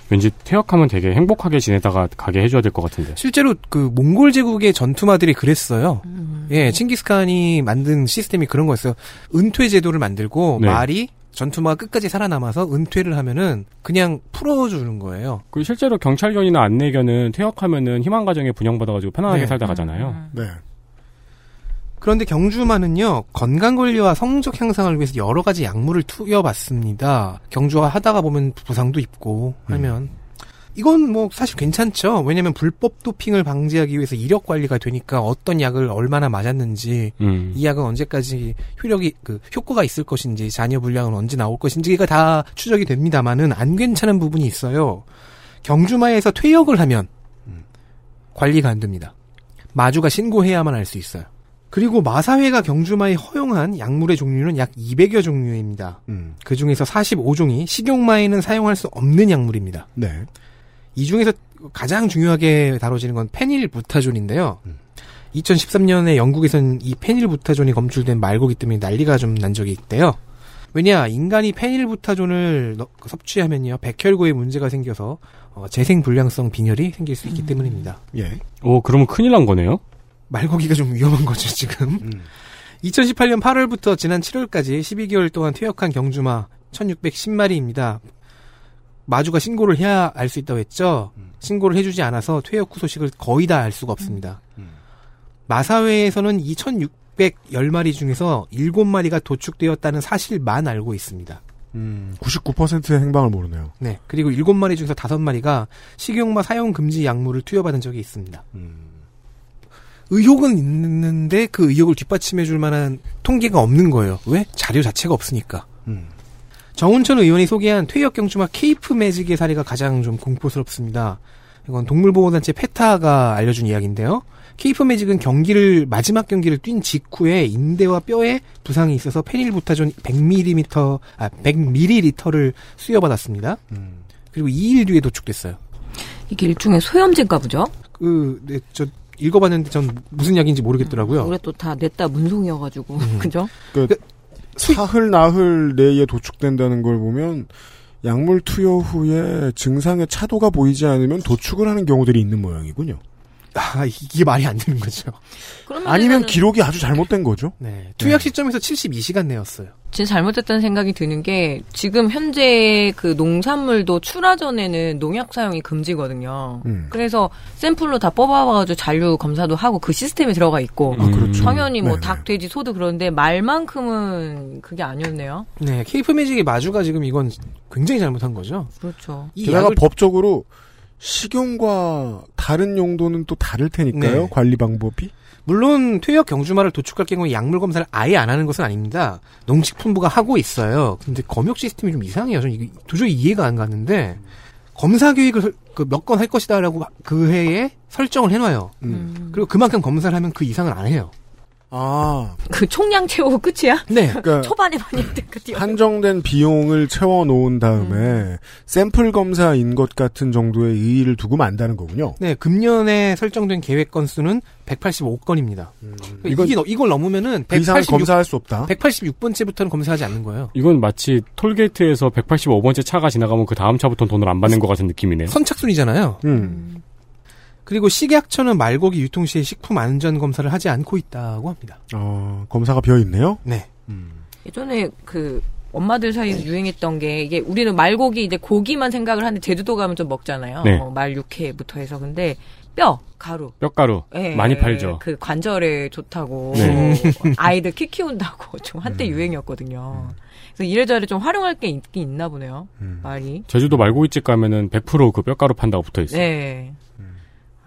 Speaker 2: 왠지 퇴역하면 되게 행복하게 지내다가 가게 해줘야 될 것 같은데.
Speaker 3: 실제로 그 몽골 제국의 전투마들이 그랬어요. 예, 칭기스칸이 만든 시스템이 그런 거였어요. 은퇴 제도를 만들고
Speaker 2: 네.
Speaker 3: 말이 전투마가 끝까지 살아남아서 은퇴를 하면은 그냥 풀어주는 거예요.
Speaker 2: 그 실제로 경찰견이나 안내견은 퇴역하면은 희망 가정에 분양받아가지고 편안하게
Speaker 3: 네.
Speaker 2: 살다 가잖아요.
Speaker 5: 음.
Speaker 4: 네.
Speaker 3: 그런데 경주마는요 건강 관리와 성적 향상을 위해서 여러 가지 약물을 투여받습니다. 경주화 하다가 보면 부상도 입고 하면 이건 뭐 사실 괜찮죠. 왜냐하면 불법 도핑을 방지하기 위해서 이력 관리가 되니까 어떤 약을 얼마나 맞았는지
Speaker 2: 음.
Speaker 3: 이 약은 언제까지 효력이 그 효과가 있을 것인지 잔여 분량은 언제 나올 것인지가 다 추적이 됩니다만은 안 괜찮은 부분이 있어요. 경주마에서 퇴역을 하면 관리가 안 됩니다. 마주가 신고해야만 알 수 있어요. 그리고 마사회가 경주마에 허용한 약물의 종류는 약 200여 종류입니다.
Speaker 4: 음.
Speaker 3: 그 중에서 45종이 식용마에는 사용할 수 없는 약물입니다.
Speaker 4: 네.
Speaker 3: 이 중에서 가장 중요하게 다뤄지는 건 페닐부타존인데요. 2013년에 영국에선 이 페닐부타존이 검출된 말고기 때문에 난리가 좀 난 적이 있대요. 왜냐 인간이 페닐부타존을 넣- 섭취하면요 백혈구에 문제가 생겨서 어, 재생 불량성 빈혈이 생길 수 있기 때문입니다.
Speaker 4: 예.
Speaker 2: 오, 그러면 큰일 난 거네요?
Speaker 3: 말고기가 좀 위험한 거죠 지금. 2018년 8월부터 지난 7월까지 12개월 동안 퇴역한 경주마 1610마리입니다. 마주가 신고를 해야 알 수 있다고 했죠. 신고를 해주지 않아서 퇴역 후 소식을 거의 다 알 수가 없습니다. 마사회에서는 2610마리 중에서 7마리가 도축되었다는 사실만 알고 있습니다.
Speaker 4: 음. 99%의 행방을 모르네요.
Speaker 3: 네. 그리고 7마리 중에서 5마리가 식용마 사용 금지 약물을 투여받은 적이 있습니다. 의혹은 있는데 그 의혹을 뒷받침해 줄 만한 통계가 없는 거예요. 왜? 자료 자체가 없으니까.
Speaker 4: 음.
Speaker 3: 정운천 의원이 소개한 퇴역 경주마 케이프 매직의 사례가 가장 좀 공포스럽습니다. 이건 동물보호단체 페타가 알려준 이야기인데요. 케이프 매직은 경기를 마지막 경기를 뛴 직후에 인대와 뼈에 부상이 있어서 페닐부타존 100ml 아 100ml를 수여받았습니다. 그리고 2일 뒤에 도축됐어요.
Speaker 5: 이게 일종의 소염제인가 보죠?
Speaker 3: 그, 네, 저 읽어봤는데 전 무슨 약인지
Speaker 2: 그렇죠.
Speaker 3: 모르겠더라고요.
Speaker 5: 올해 또 다 냈다 문송이어가지고
Speaker 2: 음.
Speaker 5: 그죠?
Speaker 4: 사흘 나흘 내에 도축된다는 걸 보면 약물 투여 후에 증상의 차도가 보이지 않으면 도축을 하는 경우들이 있는 모양이군요.
Speaker 3: 아, 이게 말이 안 되는 거죠.
Speaker 5: 그러면
Speaker 4: 아니면 기록이 아주 잘못된 거죠.
Speaker 3: 네. 투약 시점에서 72시간 내였어요.
Speaker 5: 진짜 잘못됐다는 생각이 드는 게 지금 현재 그 농산물도 출하 전에는 농약 사용이 금지거든요.
Speaker 4: 음.
Speaker 5: 그래서 샘플로 다 뽑아와가지고 잔류 검사도 하고 그 시스템에 들어가 있고
Speaker 3: 음.
Speaker 4: 아, 그렇죠.
Speaker 5: 당연히 뭐
Speaker 4: 네네.
Speaker 5: 닭, 돼지, 소도 그런데 말만큼은 그게 아니었네요.
Speaker 3: 네. 케이프 매직의 마주가 지금 이건 굉장히 잘못한 거죠.
Speaker 5: 그렇죠.
Speaker 3: 이
Speaker 4: 게다가
Speaker 3: 약을-
Speaker 4: 법적으로 식용과 다른 용도는 또 다를 테니까요.
Speaker 3: 네.
Speaker 4: 관리 방법이.
Speaker 3: 물론 퇴역 경주마를 도축할 경우에 약물 검사를 아예 안 하는 것은 아닙니다. 농식품부가 하고 있어요. 근데 검역 시스템이 좀 이상해요. 저는 이게 도저히 이해가 안 가는데 검사 계획을 몇 건 할 것이다라고 그 해에 설정을 해놔요. 그리고 그만큼 검사를 하면 그 이상을 안 (laughs) 해요.
Speaker 4: 아,
Speaker 5: 그 총량 채우고 끝이야?
Speaker 3: 네.
Speaker 4: 그러니까
Speaker 5: 초반에 많이 했던 그 뒤에.
Speaker 4: 한정된 비용을 채워 놓은 다음에 샘플 검사인 것 같은 정도의 의의를 두고 만다는 거군요.
Speaker 3: 네, 금년에 설정된 계획 건수는 185건입니다.
Speaker 4: 음.
Speaker 3: 그러니까
Speaker 4: 이건-
Speaker 3: 이게 이걸 넘으면은
Speaker 4: 그 이상을
Speaker 3: 186,
Speaker 4: 검사할 수 없다.
Speaker 3: 186번째부터는 검사하지 않는 거예요.
Speaker 2: 이건 마치 톨게이트에서 185번째 차가 지나가면 그 다음 차부터는 돈을 안 받는 것 같은 느낌이네요.
Speaker 3: 선착순이잖아요.
Speaker 4: 음.
Speaker 3: 그리고 식약처는 말고기 유통 시에 식품 안전 검사를 하지 않고 있다고 합니다.
Speaker 4: 어, 검사가 비어 있네요.
Speaker 3: 네.
Speaker 5: 예전에 그 엄마들 사이에서 유행했던 게 이게 우리는 말고기 이제 고기만 생각을 하는데 제주도 가면 좀 먹잖아요.
Speaker 2: 네.
Speaker 5: 어, 말 육회부터 해서 근데 뼈, 가루.
Speaker 2: 뼈가루
Speaker 5: 예,
Speaker 2: 많이 팔죠.
Speaker 5: 그 관절에 좋다고
Speaker 2: 네.
Speaker 5: 아이들 키 키운다고 (laughs) 좀
Speaker 4: 음.
Speaker 5: 한때 유행이었거든요. 그래서 이래저래 좀 활용할 게 있긴 있나 보네요.
Speaker 4: 음.
Speaker 5: 말이.
Speaker 2: 제주도 말고기집 가면은 100%그 뼈가루 판다고 붙어 있어요.
Speaker 5: 네.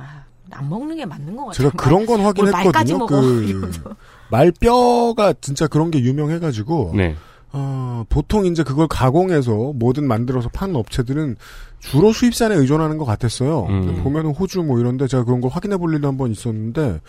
Speaker 5: 아, 안 먹는 게 맞는 것 같아요.
Speaker 4: 제가 그런 건
Speaker 5: 뭘 말까지
Speaker 4: 확인했거든요.
Speaker 5: 먹어.
Speaker 4: 그 말뼈가 진짜 그런 게 유명해가지고
Speaker 2: 네.
Speaker 4: 어, 보통 이제 그걸 가공해서 뭐든 만들어서 파는 업체들은 주로 수입산에 의존하는 것 같았어요.
Speaker 2: 음.
Speaker 4: 보면은 호주 뭐 이런데 제가 그런 걸 확인해 볼 일도 한 번 있었는데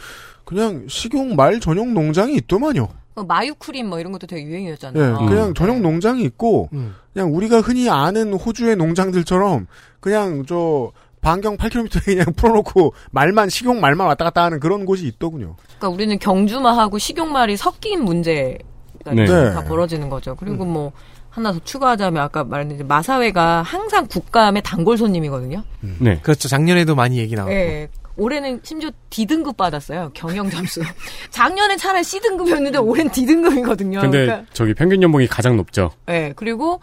Speaker 4: 그냥 식용 말 전용 농장이 있더만요.
Speaker 5: 어, 마유 크림 뭐 이런 것도 되게
Speaker 4: 예,
Speaker 5: 유행이었잖아요. 음.
Speaker 4: 그냥 전용 농장이 있고
Speaker 3: 음.
Speaker 4: 그냥 우리가 흔히 아는 호주의 농장들처럼 그냥 저 반경 8km에 그냥 풀어놓고 말만 식용 말만 왔다 갔다 하는 그런 곳이 있더군요.
Speaker 5: 그러니까 우리는 경주마하고 식용말이 섞인 문제가
Speaker 2: 네.
Speaker 4: 네.
Speaker 5: 다 벌어지는 거죠. 그리고 뭐 하나 더 추가하자면 아까 말했는데 마사회가 항상 국감의 단골 손님이거든요.
Speaker 2: 네.
Speaker 3: 그렇죠. 작년에도 많이 얘기 나왔고.
Speaker 5: 예. 올해는 심지어 D등급 받았어요. 경영 점수. (laughs) 작년에 차라리 C등급이었는데 올해는 D등급이거든요.
Speaker 2: 근데
Speaker 5: 그러니까
Speaker 2: 저기 평균 연봉이 가장 높죠.
Speaker 5: 예. 그리고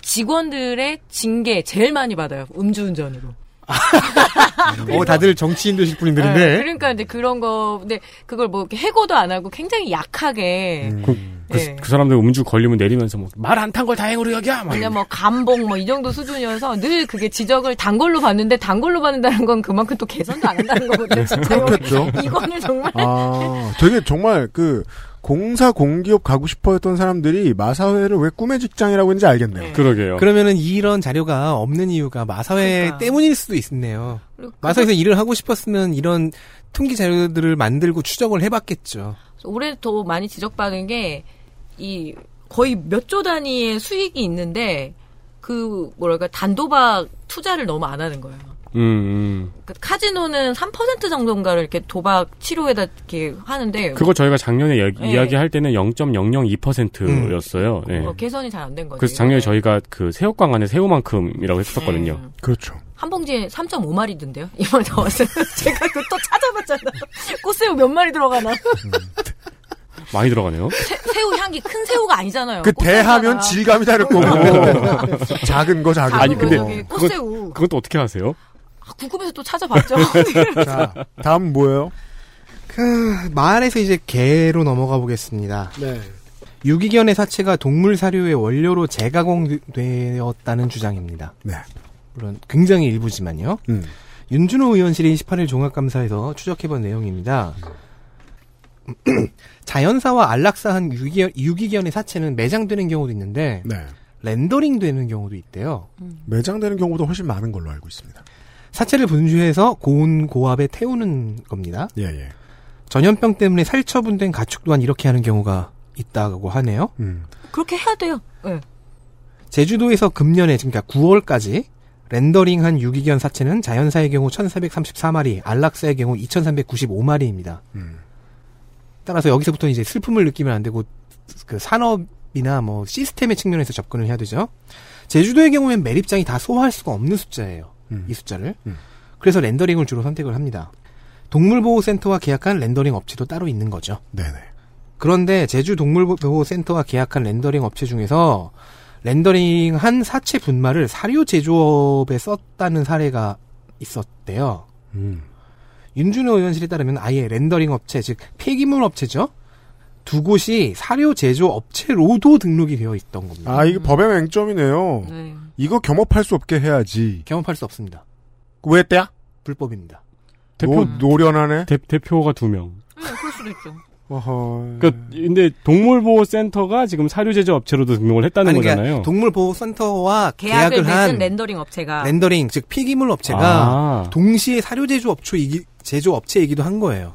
Speaker 5: 직원들의 징계 제일 많이 받아요. 음주운전으로.
Speaker 3: 어, 다들 정치인 되실 분들인데.
Speaker 5: 예, 그러니까 이제 그런 거 근데 그걸 뭐 이렇게 해고도 안 하고 굉장히 약하게
Speaker 2: 그,
Speaker 5: 예.
Speaker 2: 그 사람들 음주 걸리면 내리면서 뭐말 안 탄 걸 다행으로 여기야. 막
Speaker 5: 그냥 뭐 감봉 뭐 이 정도 수준이어서 늘 그게 지적을 단골로 받는데 단골로 받는다는 건 그만큼 또 개선도 안 한다는 거거든요. 진짜요.
Speaker 4: 그렇겠죠.
Speaker 5: 이거는 정말
Speaker 4: 아, 되게 정말 그 공사 공기업 가고 싶어 했던 사람들이 마사회를 왜 꿈의 직장이라고 했는지 알겠네요.
Speaker 5: 네.
Speaker 2: 그러게요.
Speaker 3: 그러면은 이런 자료가 없는 이유가 마사회
Speaker 5: 그러니까.
Speaker 3: 때문일 수도 있네요.
Speaker 5: 그리고
Speaker 3: 마사회에서 일을 하고 싶었으면 이런 통기 자료들을 만들고 추적을 해봤겠죠.
Speaker 5: 올해 더 많이 지적받은 게 이 거의 몇 조 단위의 수익이 있는데 그 뭐랄까 단도박 투자를 너무 안 하는 거예요.
Speaker 2: 음, 음.
Speaker 5: 그 카지노는 3% 정도인가를 이렇게 도박 치료에다 이렇게 하는데
Speaker 2: 그거 저희가 작년에 여-
Speaker 5: 네.
Speaker 2: 이야기할 때는 0.002%였어요. 예.
Speaker 5: 뭐 개선이 잘 안 된
Speaker 2: 네.
Speaker 5: 거죠. 예.
Speaker 2: 그래서 작년에 저희가 그 새우깡 안에 새우만큼이라고 했었거든요.
Speaker 5: 음.
Speaker 4: 그렇죠.
Speaker 5: 한 봉지에 3.5마리던데요? (laughs) 이번에 나왔어요. 제가 그 또 찾아봤잖아요. 꽃새우 몇 마리 들어가나?
Speaker 2: 많이 들어가네요.
Speaker 5: 새, 우 향기 큰 새우가 아니잖아요.
Speaker 4: 그
Speaker 5: 꽃새우잖아.
Speaker 4: 대하면 질감이 다를 거고 (laughs) 작은 거 작은 거.
Speaker 5: 네. 작은
Speaker 2: 아니, 근데-
Speaker 5: 거 저기
Speaker 2: 그거-
Speaker 5: 꽃새우.
Speaker 2: 그건 또 어떻게 하세요?
Speaker 5: 아, 궁금해서 또
Speaker 2: (laughs)
Speaker 5: 찾아봤죠. (laughs)
Speaker 4: 자, 다음 뭐예요?
Speaker 3: 그 말에서 이제 개로 넘어가 보겠습니다. 유기견의 사체가 동물 사료의 원료로 재가공되었다는 주장입니다.
Speaker 4: 네.
Speaker 3: 물론 굉장히 일부지만요.
Speaker 4: 음.
Speaker 3: 윤준호 의원실이 28일 종합감사에서 추적해본 내용입니다. (clears throat) 자연사와 안락사한 유기견, 유기견의 사체는 매장되는 경우도 있는데
Speaker 4: 네.
Speaker 3: 렌더링 되는 경우도 있대요.
Speaker 4: 매장되는 경우도 훨씬 많은 걸로 알고 있습니다.
Speaker 3: 사체를 분주해서 고온 고압에 태우는 겁니다.
Speaker 4: 예, 예.
Speaker 3: 전염병 때문에 살처분된 가축 또한 이렇게 하는 경우가 있다고 하네요.
Speaker 4: 음.
Speaker 5: 그렇게 해야 돼요. 예.
Speaker 3: 제주도에서 금년에 지금 그러니까 9월까지 렌더링한 유기견 사체는 자연사의 경우 1,434마리, 안락사의 경우 2,395마리입니다.
Speaker 4: 음.
Speaker 3: 따라서 여기서부터 이제 슬픔을 느끼면 안 되고 그 산업이나 뭐 시스템의 측면에서 접근을 해야 되죠. 제주도의 경우엔 매립장이 다 소화할 수가 없는 숫자예요.
Speaker 4: 음.
Speaker 3: 이 숫자를.
Speaker 4: 음.
Speaker 3: 그래서 렌더링을 주로 선택을 합니다. 동물보호센터와 계약한 렌더링 업체도 따로 있는 거죠.
Speaker 4: 네네.
Speaker 3: 그런데 제주 동물보호센터와 계약한 렌더링 업체 중에서 렌더링한 사체 분말을 사료 제조업에 썼다는 사례가 있었대요.
Speaker 4: 음.
Speaker 3: 윤준호 의원실에 따르면 아예 렌더링 업체, 즉 폐기물 업체죠. 두 곳이 사료 제조 업체로도 등록이 되어 있던 겁니다.
Speaker 4: 아, 이게
Speaker 5: 음.
Speaker 4: 법의 맹점이네요.
Speaker 5: 네.
Speaker 4: 이거 겸업할 수 없게 해야지.
Speaker 3: 경험할 수 없습니다.
Speaker 4: 왜 때야?
Speaker 3: 불법입니다.
Speaker 2: 대표
Speaker 4: 노, 노련하네.
Speaker 2: 대, 대표가 두 명.
Speaker 5: 예, 그럴 수도 있죠.
Speaker 4: 어허.
Speaker 2: 그러니까 근데 동물보호센터가 지금 사료 제조 업체로도 등록을 했다는 거잖아요.
Speaker 3: 동물보호센터와
Speaker 5: 계약을,
Speaker 3: 그러니까 계약을
Speaker 5: 맺은
Speaker 3: 한
Speaker 5: 렌더링 업체가
Speaker 3: 렌더링, 즉 폐기물 업체가
Speaker 2: 아,
Speaker 3: 동시에 사료 제조 업체이기 제조 업체이기도 한 거예요.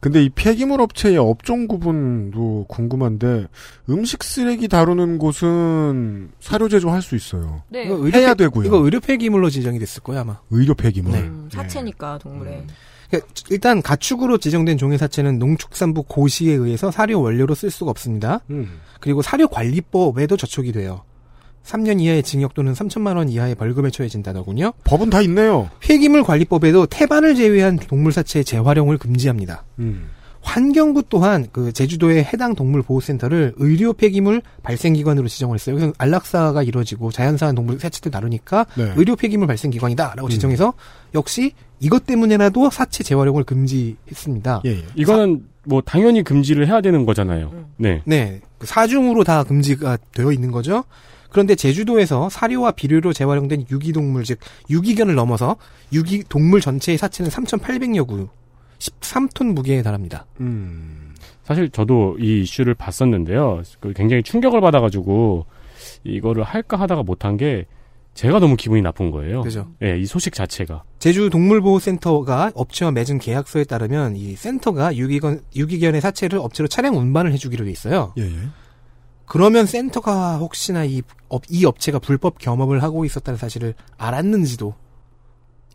Speaker 4: 근데 이 폐기물 업체의 업종 구분도 궁금한데 음식 쓰레기 다루는 곳은 사료 제조할 수 있어요.
Speaker 5: 네.
Speaker 3: 이거
Speaker 4: 해야
Speaker 3: 폐-
Speaker 4: 되고요.
Speaker 3: 이거 의료 폐기물로 지정이 됐을 거예요 아마.
Speaker 4: 의료 폐기물.
Speaker 3: 네.
Speaker 5: 음, 사체니까 동물의
Speaker 3: 그러니까 일단 가축으로 지정된 종의 사체는 농축산부 고시에 의해서 사료 원료로 쓸 수가 없습니다.
Speaker 4: 음.
Speaker 3: 그리고 사료 관리법에도 저촉이 돼요. 3년 이하의 징역 또는 3천만 원 이하의 벌금에 처해진다더군요.
Speaker 4: 법은 다 있네요.
Speaker 3: 폐기물 관리법에도 태반을 제외한 동물 사체의 재활용을 금지합니다.
Speaker 4: 음.
Speaker 3: 환경부 또한 그 제주도의 해당 동물 보호센터를 의료 폐기물 발생 기관으로 지정을 했어요. 그래서 안락사가 이루어지고 자연사한 동물 사체들 다루니까
Speaker 4: 네. 음.
Speaker 3: 의료 폐기물 발생 기관이다라고 지정해서 역시 이것 때문에라도 사체 재활용을 금지했습니다.
Speaker 4: 예, 예.
Speaker 2: 이거는 뭐 당연히 금지를 해야 되는 거잖아요.
Speaker 5: 음.
Speaker 2: 네.
Speaker 3: 네. 그 사중으로 다 금지가 되어 있는 거죠. 그런데 제주도에서 사료와 비료로 재활용된 유기동물, 즉, 유기견을 넘어서 유기동물 전체의 사체는 3,800여 구, 13톤 무게에 달합니다.
Speaker 4: 음.
Speaker 2: 사실 저도 이 이슈를 봤었는데요. 그 굉장히 충격을 받아가지고 이거를 할까 하다가 못한 게 제가 너무 기분이 나쁜 거예요.
Speaker 3: 그죠.
Speaker 2: 예, 이 소식 자체가.
Speaker 3: 제주동물보호센터가 업체와 맺은 계약서에 따르면 이 센터가 유기견, 유기견의 사체를 업체로 차량 운반을 해주기로 돼 있어요.
Speaker 4: 예, 예.
Speaker 3: 그러면 센터가 혹시나 이, 업, 이 업체가 불법 겸업을 하고 있었다는 사실을 알았는지도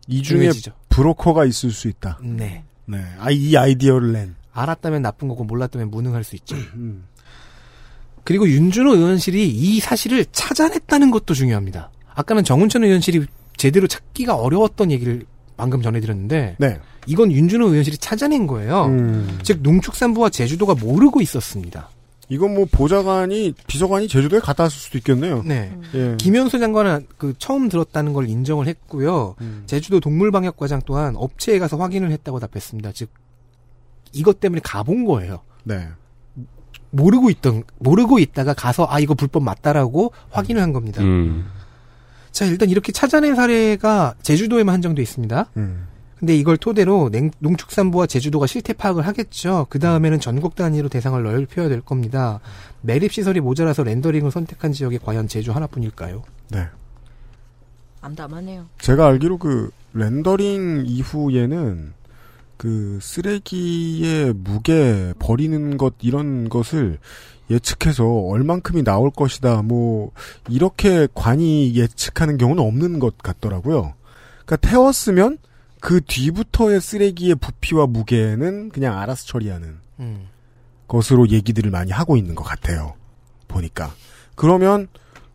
Speaker 4: 이 중에
Speaker 3: 의외지죠.
Speaker 4: 브로커가 있을 수 있다.
Speaker 3: 네.
Speaker 4: 네. 아, 이 아이디어를 낸.
Speaker 3: 알았다면 나쁜 거고 몰랐다면 무능할 수 있죠. 그리고 윤준호 의원실이 이 사실을 찾아냈다는 것도 중요합니다. 아까는 정운천 의원실이 제대로 찾기가 어려웠던 얘기를 방금 전해드렸는데
Speaker 4: 네.
Speaker 3: 이건 윤준호 의원실이 찾아낸 거예요.
Speaker 4: 음.
Speaker 3: 즉 농축산부와 제주도가 모르고 있었습니다.
Speaker 4: 이건 뭐 보좌관이 비서관이 제주도에 갔다 왔을 수도 있겠네요.
Speaker 3: 네.
Speaker 4: 예.
Speaker 3: 김현수 장관은 그 처음 들었다는 걸 인정을 했고요. 제주도 동물방역과장 또한 업체에 가서 확인을 했다고 답했습니다. 즉 이것 때문에 가본 거예요.
Speaker 4: 네.
Speaker 3: 모르고 있던 모르고 있다가 가서 아 이거 불법 맞다라고 확인을 한
Speaker 4: 네.
Speaker 3: 겁니다.
Speaker 2: 음.
Speaker 3: 자 일단 이렇게 찾아낸 사례가 제주도에만 한정돼 있습니다.
Speaker 4: 음.
Speaker 3: 근데 이걸 토대로 냉- 농축산부와 제주도가 실태 파악을 하겠죠. 그 다음에는 전국 단위로 대상을 넓혀야 될 겁니다. 매립 시설이 모자라서 렌더링을 선택한 지역이 과연 제주 하나뿐일까요?
Speaker 4: 네.
Speaker 5: 암담하네요.
Speaker 4: 제가 알기로 그 렌더링 이후에는 그 쓰레기의 무게 버리는 것 이런 것을 예측해서 얼만큼이 나올 것이다 뭐 이렇게 관이 예측하는 경우는 없는 것 같더라고요. 그러니까 태웠으면 그 뒤부터의 쓰레기의 부피와 무게는 그냥 알아서 처리하는
Speaker 3: 음.
Speaker 4: 것으로 얘기들을 많이 하고 있는 것 같아요. 보니까. 그러면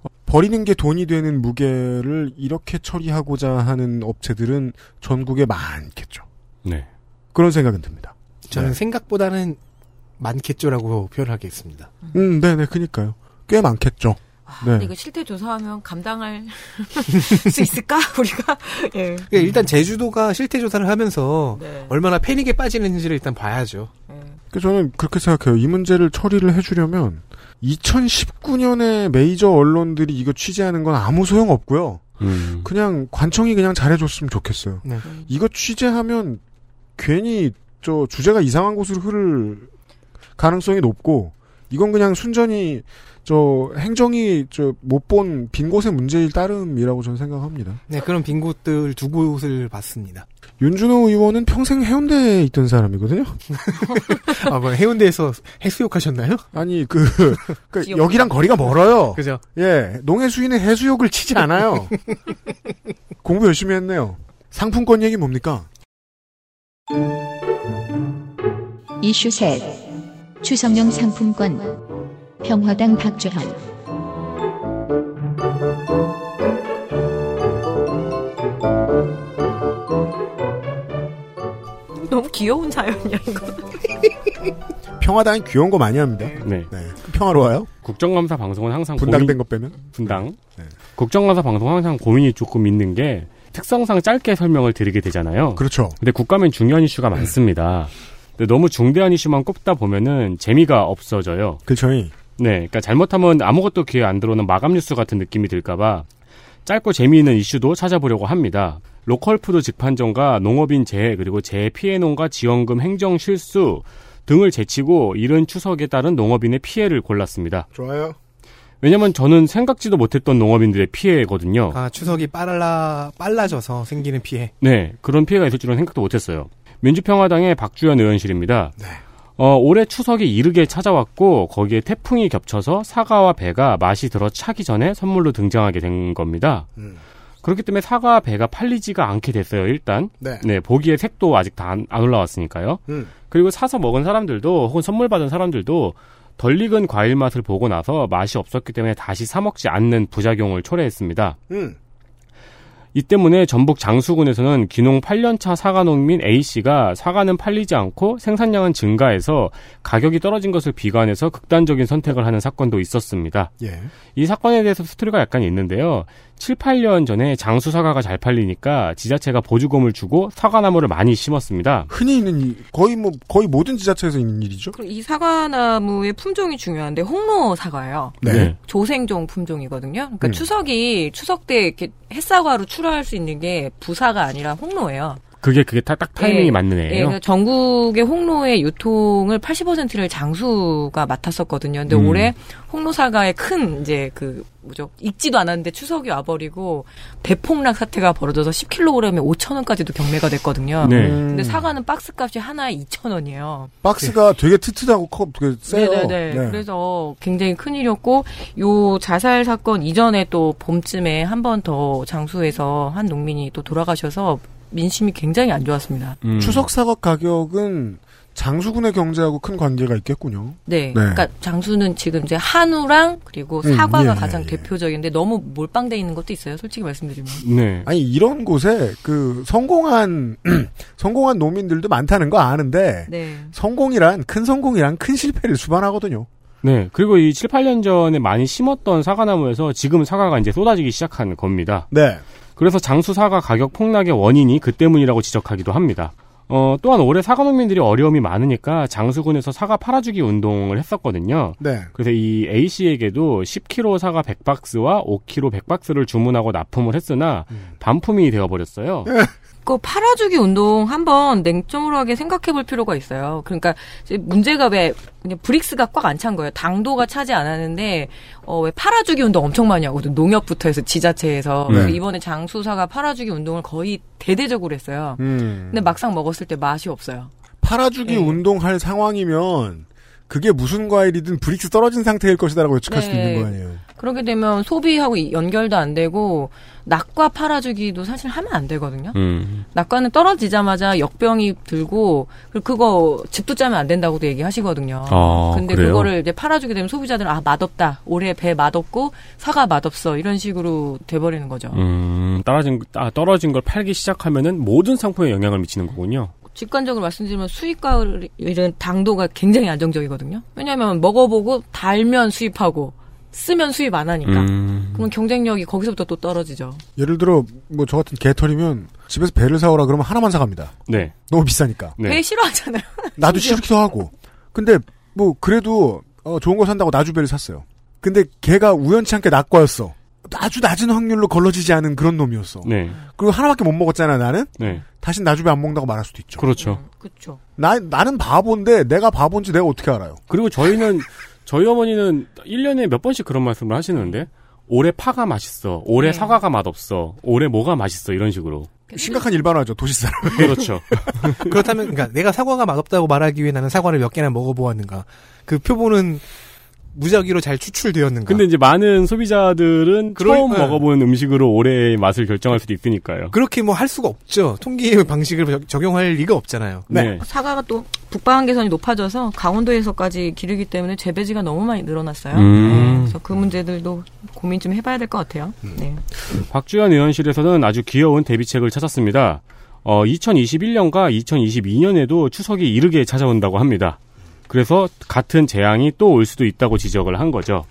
Speaker 4: 어, 버리는 게 돈이 되는 무게를 이렇게 처리하고자 하는 업체들은 전국에 많겠죠.
Speaker 2: 네.
Speaker 4: 그런 생각은 듭니다.
Speaker 3: 저는
Speaker 4: 네.
Speaker 3: 생각보다는 많겠죠라고 (laughs) 표현하겠습니다.
Speaker 4: 음, 네네, 그니까요. 꽤 많겠죠.
Speaker 5: 아,
Speaker 4: 네.
Speaker 5: 근데 이거 실태 조사하면 감당할 (laughs) 수 있을까 (laughs) 우리가? 예.
Speaker 4: 음.
Speaker 3: 그러니까 일단 제주도가 실태 조사를 하면서
Speaker 5: 네.
Speaker 3: 얼마나 패닉에 빠지는지를 일단 봐야죠.
Speaker 5: 예.
Speaker 4: 그 저는 그렇게 생각해요. 이 문제를 처리를 해주려면 2019년에 메이저 언론들이 이거 취재하는 건 아무 소용 없고요.
Speaker 2: 음.
Speaker 4: 그냥 관청이 그냥 잘해줬으면 좋겠어요.
Speaker 3: 네.
Speaker 4: 이거 취재하면 괜히 저 주제가 이상한 곳으로 흐를 가능성이 높고 이건 그냥 순전히 저 행정이 저 못 본 빈 곳의 문제일 따름이라고 저는 생각합니다.
Speaker 3: 네, 그런 빈 곳들 두 곳을 봤습니다.
Speaker 4: 윤준호 의원은 평생 해운대에 있던 사람이거든요.
Speaker 3: 아, 뭐 해운대에서 (laughs) 해수욕하셨나요?
Speaker 4: 아니 그, 그 여기랑 거리가 멀어요.
Speaker 3: 그죠?
Speaker 4: 예, 농해수인은 해수욕을 치지 않아요. 공부 열심히 했네요. 상품권 얘기 뭡니까?
Speaker 1: 이슈 셋 추성용 상품권 평화당 박주현
Speaker 5: 너무 귀여운 (laughs) 사연이야 이거.
Speaker 4: 평화당이 귀여운 거 많이 합니다.
Speaker 2: 네.
Speaker 4: 네, 평화로워요.
Speaker 2: 국정감사 방송은 항상
Speaker 4: 분당된
Speaker 2: 고민,
Speaker 4: 것 빼면.
Speaker 2: 분당.
Speaker 4: 네.
Speaker 2: 국정감사 방송은 항상 고민이 조금 있는 게 특성상 짧게 설명을 드리게 되잖아요.
Speaker 4: 그렇죠.
Speaker 2: 근데 국감엔 중요한 이슈가 많습니다. 근데 너무 중대한 이슈만 꼽다 보면은 재미가 없어져요.
Speaker 4: 그렇죠.
Speaker 2: 네, 그러니까 잘못하면 아무것도 귀에 안 들어오는 마감 뉴스 같은 느낌이 들까봐 짧고 재미있는 이슈도 찾아보려고 합니다. 로컬푸드 직판정과 농업인 재해 그리고 재해 피해 농가 지원금 행정 실수 등을 제치고 이른 추석에 따른 농업인의 피해를 골랐습니다.
Speaker 4: 좋아요.
Speaker 2: 왜냐면 저는 생각지도 못했던 농업인들의 피해거든요.
Speaker 3: 아, 추석이 빨라, 빨라져서 생기는 피해.
Speaker 2: 네, 그런 피해가 있을 줄은 생각도 못했어요. 민주평화당의 박주현 의원실입니다.
Speaker 4: 네.
Speaker 2: 어, 올해 추석이 이르게 찾아왔고 거기에 태풍이 겹쳐서 사과와 배가 맛이 들어 차기 전에 선물로 등장하게 된 겁니다.
Speaker 4: 음.
Speaker 2: 그렇기 때문에 사과와 배가 팔리지가 않게 됐어요. 일단
Speaker 4: 네.
Speaker 2: 네 보기에 색도 아직 다 안 올라왔으니까요.
Speaker 4: 음.
Speaker 2: 그리고 사서 먹은 사람들도 혹은 선물 받은 사람들도 덜 익은 과일 맛을 보고 나서 맛이 없었기 때문에 다시 사 먹지 않는 부작용을 초래했습니다.
Speaker 4: 음.
Speaker 2: 이 때문에 전북 장수군에서는 귀농 8년차 사과 농민 A씨가 사과는 팔리지 않고 생산량은 증가해서 가격이 떨어진 것을 비관해서 극단적인 선택을 하는 사건도 있었습니다.
Speaker 4: 예.
Speaker 2: 이 사건에 대해서 스토리가 약간 있는데요. 7, 8년 전에 장수 사과가 잘 팔리니까 지자체가 보조금을 주고 사과나무를 많이 심었습니다.
Speaker 4: 흔히 있는 일, 거의 뭐 거의 모든 지자체에서 있는 일이죠.
Speaker 5: 그리고 이 사과나무의 품종이 중요한데 홍로 사과예요.
Speaker 2: 네.
Speaker 5: 조생종 품종이거든요. 그러니까
Speaker 4: 음.
Speaker 5: 추석이 추석 때 이렇게 햇사과로 출하할 수 있는 게 부사가 아니라 홍로예요.
Speaker 2: 그게 그게 딱, 딱 타이밍이
Speaker 5: 예.
Speaker 2: 맞는
Speaker 5: 예,
Speaker 2: 애예요.
Speaker 5: 그래서 전국의 홍로의 유통을 80%를 장수가 맡았었거든요. 근데
Speaker 2: 음.
Speaker 5: 올해 홍로 사과의 큰 이제 그 뭐죠? 익지도 않았는데 추석이 와버리고 대폭락 사태가 벌어져서 10kg에 5,000원까지도 경매가 됐거든요.
Speaker 2: 네.
Speaker 5: 근데 사과는 박스값이 하나에 2,000원이에요.
Speaker 4: 음, 박스가 되게 튼튼하고 커, 되게 세요.
Speaker 5: 네네네.
Speaker 4: 네.
Speaker 5: 그래서 굉장히 큰일이었고 요 자살 사건 이전에 또 봄쯤에 한 번 더 장수에서 한 농민이 또 돌아가셔서 민심이 굉장히 안 좋았습니다.
Speaker 2: 음.
Speaker 4: 추석 사과 가격은 장수군의 경제하고 큰 관계가 있겠군요.
Speaker 5: 네. 그러니까 장수는 지금 이제 한우랑 그리고
Speaker 4: 음,
Speaker 5: 사과가
Speaker 4: 예,
Speaker 5: 가장
Speaker 4: 예.
Speaker 5: 대표적인데 너무 몰빵돼 있는 것도 있어요. 솔직히 말씀드리면.
Speaker 2: 네.
Speaker 4: 아니 이런 곳에 그 성공한 (clears throat) 성공한 농민들도 많다는 거 아는데
Speaker 5: 네.
Speaker 4: 성공이란 큰 성공이란 큰 실패를 수반하거든요.
Speaker 2: 네. 그리고 이 7, 8년 전에 많이 심었던 사과나무에서 지금 사과가 이제 쏟아지기 시작한 겁니다.
Speaker 4: 네.
Speaker 2: 그래서 장수 사과 가격 폭락의 원인이 그 때문이라고 지적하기도 합니다. 어, 또한 올해 사과 농민들이 어려움이 많으니까 장수군에서 사과 팔아주기 운동을 했었거든요.
Speaker 4: 네.
Speaker 2: 그래서 이 A씨에게도 10kg 사과 100박스와 5kg 100박스를 주문하고 납품을 했으나
Speaker 5: 음.
Speaker 2: 반품이 되어버렸어요.
Speaker 5: 그 팔아주기 운동 한번 냉정하게 생각해 볼 필요가 있어요. 그러니까 이제 문제가 왜 그냥 브릭스가 꽉 안 찬 거예요. 당도가 차지 않았는데 어 왜 팔아주기 운동 엄청 많이 하거든. 농협부터 해서 지자체에서
Speaker 2: 네.
Speaker 5: 그래서 이번에 장수사가 팔아주기 운동을 거의 대대적으로 했어요.
Speaker 4: 음.
Speaker 5: 근데 막상 먹었을 때 맛이 없어요.
Speaker 4: 팔아주기
Speaker 5: 네.
Speaker 4: 운동할 상황이면 그게 무슨 과일이든 브릭스 떨어진 상태일 것이다라고 예측할 수도
Speaker 5: 네.
Speaker 4: 있는 거 아니에요.
Speaker 5: 그렇게 되면 소비하고 이- 연결도 안 되고 낙과 팔아주기도 사실 하면 안 되거든요.
Speaker 2: 음.
Speaker 5: 낙과는 떨어지자마자 역병이 들고 그리고 그거 집도 짜면 안 된다고도 얘기하시거든요.
Speaker 2: 아,
Speaker 5: 근데
Speaker 2: 그래요?
Speaker 5: 거를 이제 팔아주게 되면 소비자들은 아 맛없다 올해 배 맛없고 사과 맛없어 이런 식으로 돼버리는 거죠.
Speaker 2: 음, 떨어진, 아, 떨어진 걸 팔기 시작하면은 모든 상품에 영향을 미치는 거군요.
Speaker 5: 직관적으로 말씀드리면 수입과일은 당도가 굉장히 안정적이거든요. 왜냐하면 먹어보고 달면 수입하고 쓰면 수입 안 하니까.
Speaker 2: 음.
Speaker 5: 그러면 경쟁력이 거기서부터 또 떨어지죠.
Speaker 4: 예를 들어 뭐 저 같은 개털이면 집에서 배를 사오라 그러면 하나만 사갑니다.
Speaker 2: 네.
Speaker 4: 너무 비싸니까.
Speaker 2: 네.
Speaker 5: 배 싫어하잖아요. (laughs)
Speaker 4: 나도 싫기도 하고. 근데 뭐 그래도 어, 좋은 거 산다고 나주배를 샀어요. 근데 걔가 우연치 않게 낙과였어. 아주 낮은 확률로 걸러지지 않은 그런 놈이었어.
Speaker 2: 네.
Speaker 4: 그리고 하나밖에 못 먹었잖아 나는.
Speaker 2: 네.
Speaker 4: 다시 나주배 안 먹는다고 말할 수도 있죠.
Speaker 2: 그렇죠.
Speaker 5: 그렇죠.
Speaker 4: 나 나는 바보인데 내가 바보인지 내가 어떻게 알아요?
Speaker 2: 그리고 저희는 저희 어머니는 1년에 몇 번씩 그런 말씀을 하시는데 올해 파가 맛있어. 올해
Speaker 5: 네.
Speaker 2: 사과가 맛없어. 올해 뭐가 맛있어. 이런 식으로.
Speaker 4: 심각한 일반화죠 도시 사람.
Speaker 2: (laughs) 그렇죠.
Speaker 3: 그렇다면 그러니까 내가 사과가 맛없다고 말하기 위해 나는 사과를 몇 개나 먹어보았는가. 그 표본은 무작위로 잘 추출되었는가.
Speaker 2: 근데 이제 많은 소비자들은
Speaker 3: 그럴-
Speaker 2: 처음
Speaker 3: 네.
Speaker 2: 먹어본 음식으로 올해의 맛을 결정할 수도 있으니까요.
Speaker 3: 그렇게 뭐 할 수가 없죠. 통계 방식을 적- 적용할 리가 없잖아요.
Speaker 2: 네.
Speaker 5: 사과가 또 북방 한계선이 높아져서 강원도에서까지 기르기 때문에 재배지가 너무 많이 늘어났어요.
Speaker 2: 음.
Speaker 5: 네, 그래서 그 문제들도 고민 좀 해봐야 될 것 같아요. 네.
Speaker 2: 박주현 의원실에서는 아주 귀여운 대비책을 찾았습니다. 어, 2021년과 2022년에도 추석이 이르게 찾아온다고 합니다. 그래서 같은 재앙이 또 올 수도 있다고 지적을 한 거죠.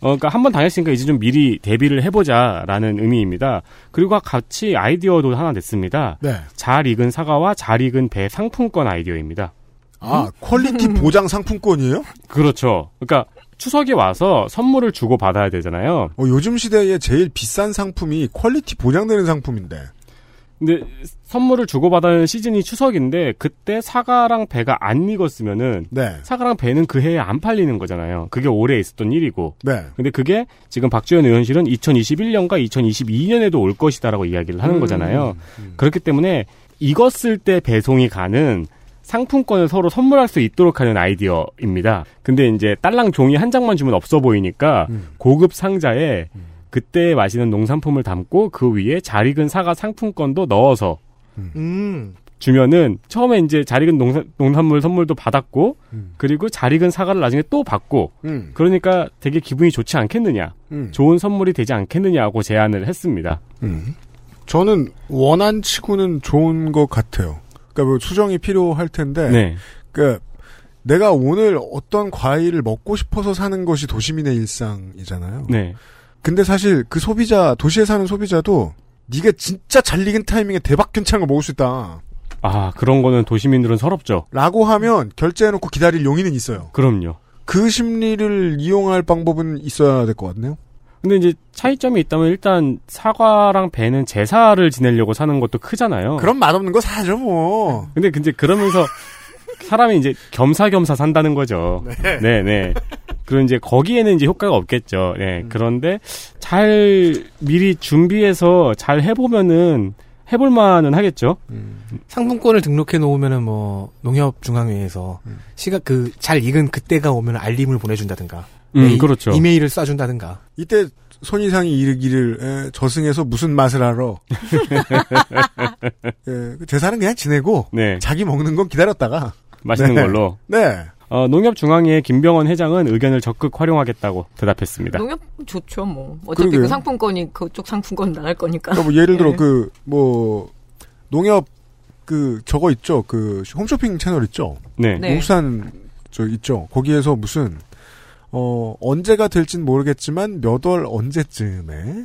Speaker 2: 어, 그러니까 한 번 당했으니까 이제 좀 미리 대비를 해보자라는 의미입니다. 그리고 같이 아이디어도 하나 냈습니다.
Speaker 4: 네.
Speaker 2: 잘 익은 사과와 잘 익은 배 상품권 아이디어입니다.
Speaker 4: 아 (laughs) 퀄리티 보장 상품권이에요?
Speaker 2: 그렇죠. 그러니까 추석이 와서 선물을 주고 받아야 되잖아요.
Speaker 4: 어, 요즘 시대에 제일 비싼 상품이 퀄리티 보장되는 상품인데.
Speaker 2: 근데 선물을 주고받는 시즌이 추석인데 그때 사과랑 배가 안 익었으면은
Speaker 4: 네.
Speaker 2: 사과랑 배는 그 해에 안 팔리는 거잖아요. 그게 올해 있었던 일이고.
Speaker 4: 네.
Speaker 2: 근데 그게 지금 박주현 의원실은 2021년과 2022년에도 올 것이다라고 이야기를 하는 거잖아요. 그렇기 때문에 익었을 때 배송이 가는 상품권을 서로 선물할 수 있도록 하는 아이디어입니다. 근데 이제 딸랑 종이 한 장만 주면 없어 보이니까 고급 상자에 그때 마시는 농산품을 담고 그 위에 잘 익은 사과 상품권도 넣어서
Speaker 3: 음.
Speaker 2: 주면은 처음에 이제 잘 익은 농산, 농산물 선물도 받았고
Speaker 4: 음.
Speaker 2: 그리고 잘 익은 사과를 나중에 또 받고
Speaker 4: 음.
Speaker 2: 그러니까 되게 기분이 좋지 않겠느냐
Speaker 4: 음.
Speaker 2: 좋은 선물이 되지 않겠느냐고 제안을 했습니다.
Speaker 4: 음. 저는 원안 치고는 좋은 것 같아요. 그러니까 뭐 수정이 필요할 텐데
Speaker 2: 네.
Speaker 4: 그러니까 내가 오늘 어떤 과일을 먹고 싶어서 사는 것이 도시민의 일상이잖아요.
Speaker 2: 네.
Speaker 4: 근데 사실 그 소비자 도시에 사는 소비자도 네가 진짜 잘 익은 타이밍에 대박 괜찮은 거 먹을 수 있다.
Speaker 2: 아, 그런 거는 도시민들은 서럽죠.
Speaker 4: 라고 하면 결제해놓고 기다릴 용의는 있어요.
Speaker 2: 그럼요.
Speaker 4: 그 심리를 이용할 방법은 있어야 될 것 같네요.
Speaker 2: 근데 이제 차이점이 있다면 일단 사과랑 배는 제사를 지내려고 사는 것도 크잖아요.
Speaker 4: 그럼 맛없는 거 사죠 뭐.
Speaker 2: 근데 근데 그러면서 사람이 이제 겸사겸사 산다는 거죠. 네, 네. 그럼 이제 거기에는 이제 효과가 없겠죠. 네. 그런데 잘 미리 준비해서 잘 해보면은 해볼만은 하겠죠.
Speaker 3: 상품권을 등록해 놓으면은 뭐 농협중앙회에서
Speaker 4: 음.
Speaker 3: 시각 그 잘 익은 그때가 오면 알림을 보내준다든가
Speaker 2: 음,
Speaker 3: 메일-
Speaker 2: 그렇죠.
Speaker 3: 네, 이메일을 쏴준다든가
Speaker 4: 이때 손이상이 이르기를 에, 저승에서 무슨 맛을 알아. 예, 그 제사는 그냥 지내고
Speaker 2: 네.
Speaker 4: 자기 먹는 건 기다렸다가.
Speaker 2: 맛있는
Speaker 4: 네.
Speaker 2: 걸로.
Speaker 4: 네.
Speaker 2: 어, 농협중앙회 김병원 회장은 의견을 적극 활용하겠다고 대답했습니다.
Speaker 5: 농협 좋죠, 뭐. 어차피
Speaker 4: 그러게요.
Speaker 5: 그 상품권이 그쪽 상품권 나갈 거니까.
Speaker 4: 그러니까 뭐 예를 들어
Speaker 5: 예.
Speaker 4: 그 뭐 농협 그 저거 있죠. 그 홈쇼핑 채널 있죠.
Speaker 2: 네.
Speaker 5: 네.
Speaker 4: 농수산 저 있죠. 거기에서 무슨 어 언제가 될진 모르겠지만 몇 월 언제쯤에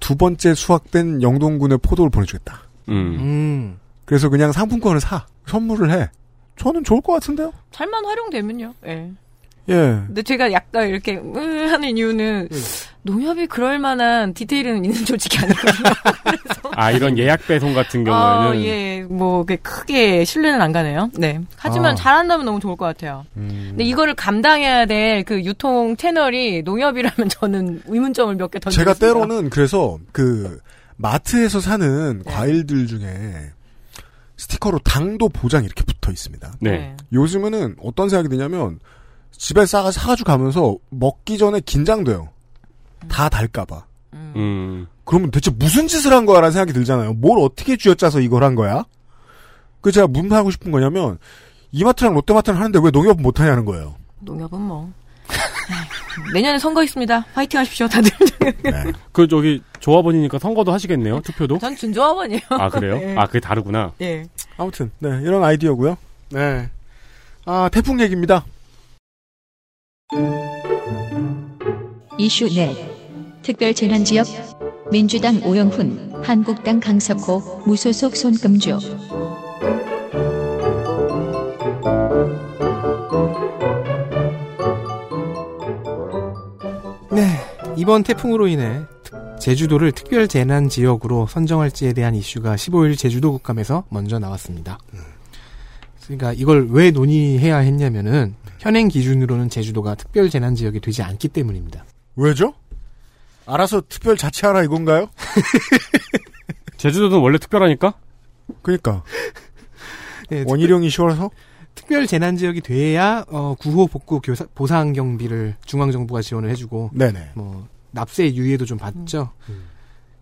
Speaker 4: 두 번째 수확된 영동군의 포도를 보내주겠다.
Speaker 2: 음.
Speaker 3: 음.
Speaker 4: 그래서 그냥 상품권을 사 선물을 해. 저는 좋을 것 같은데요.
Speaker 5: 잘만 활용되면요. 예.
Speaker 4: 예.
Speaker 5: 근데 제가 약간 이렇게 으 하는 이유는 농협이 그럴 만한 디테일은 있는 (laughs) 조직이 아니거든요.
Speaker 2: 아, 이런 예약 배송 같은 경우에는.
Speaker 5: 아, 예, 뭐 그게 크게 신뢰는 안 가네요. 네. 하지만
Speaker 4: 아.
Speaker 5: 잘한다면 너무 좋을 것 같아요.
Speaker 2: 음.
Speaker 5: 근데 이거를 감당해야 될 그 유통 채널이 농협이라면 (laughs) 저는 의문점을 몇 개 던져.
Speaker 4: 제가 때로는 그래서 그 마트에서 사는 과일들 중에 스티커로 당도 보장 이렇게 붙어 있습니다.
Speaker 2: 네.
Speaker 4: 요즘에는 어떤 생각이 드냐면 집에 싸가 사가지고 가면서 먹기 전에 긴장돼요. 다 달까봐.
Speaker 2: 음.
Speaker 4: 그러면 대체 무슨 짓을 한 거야라는 생각이 들잖아요. 뭘 어떻게 쥐어짜서 이걸 한 거야? 그 제가 무슨 말 하고 싶은 거냐면 이마트랑 롯데마트는 하는데 왜 농협은 못하냐는 거예요.
Speaker 5: 농협은 뭐 내년에 선거 있습니다. 파이팅 하십시오,
Speaker 2: (laughs)
Speaker 5: 다들.
Speaker 4: 네.
Speaker 2: 그, 저기, 조합원이니까 선거도 하시겠네요, 투표도?
Speaker 5: 전 준조합원이에요. (laughs)
Speaker 2: 아, 그래요?
Speaker 5: 네.
Speaker 2: 아, 그게 다르구나.
Speaker 5: 예.
Speaker 4: 아무튼 네 이런 아이디어고요. 네. 아 태풍 얘기입니다.
Speaker 1: 이슈 넷 특별재난지역 민주당 오영훈 한국당 강석호 무소속 손금주
Speaker 3: 네. 이번 태풍으로 인해 특- 제주도를 특별 재난 지역으로 선정할지에 대한 이슈가 15일 제주도 국감에서 먼저 나왔습니다. 그러니까 이걸 왜 논의해야 했냐면은 현행 기준으로는 제주도가 특별 재난 지역이 되지 않기 때문입니다.
Speaker 4: 왜죠? 알아서 특별 자치하라 이건가요?
Speaker 2: 제주도는 원래 특별하니까?
Speaker 4: 그니까
Speaker 3: 네,
Speaker 4: 원희룡이 쉬워서
Speaker 3: 특별 재난 지역이 돼야 어, 구호 복구 교사- 보상 경비를 중앙 정부가 지원을 해주고
Speaker 4: 네네
Speaker 3: 뭐 납세 유예도 좀 받죠.
Speaker 4: 음.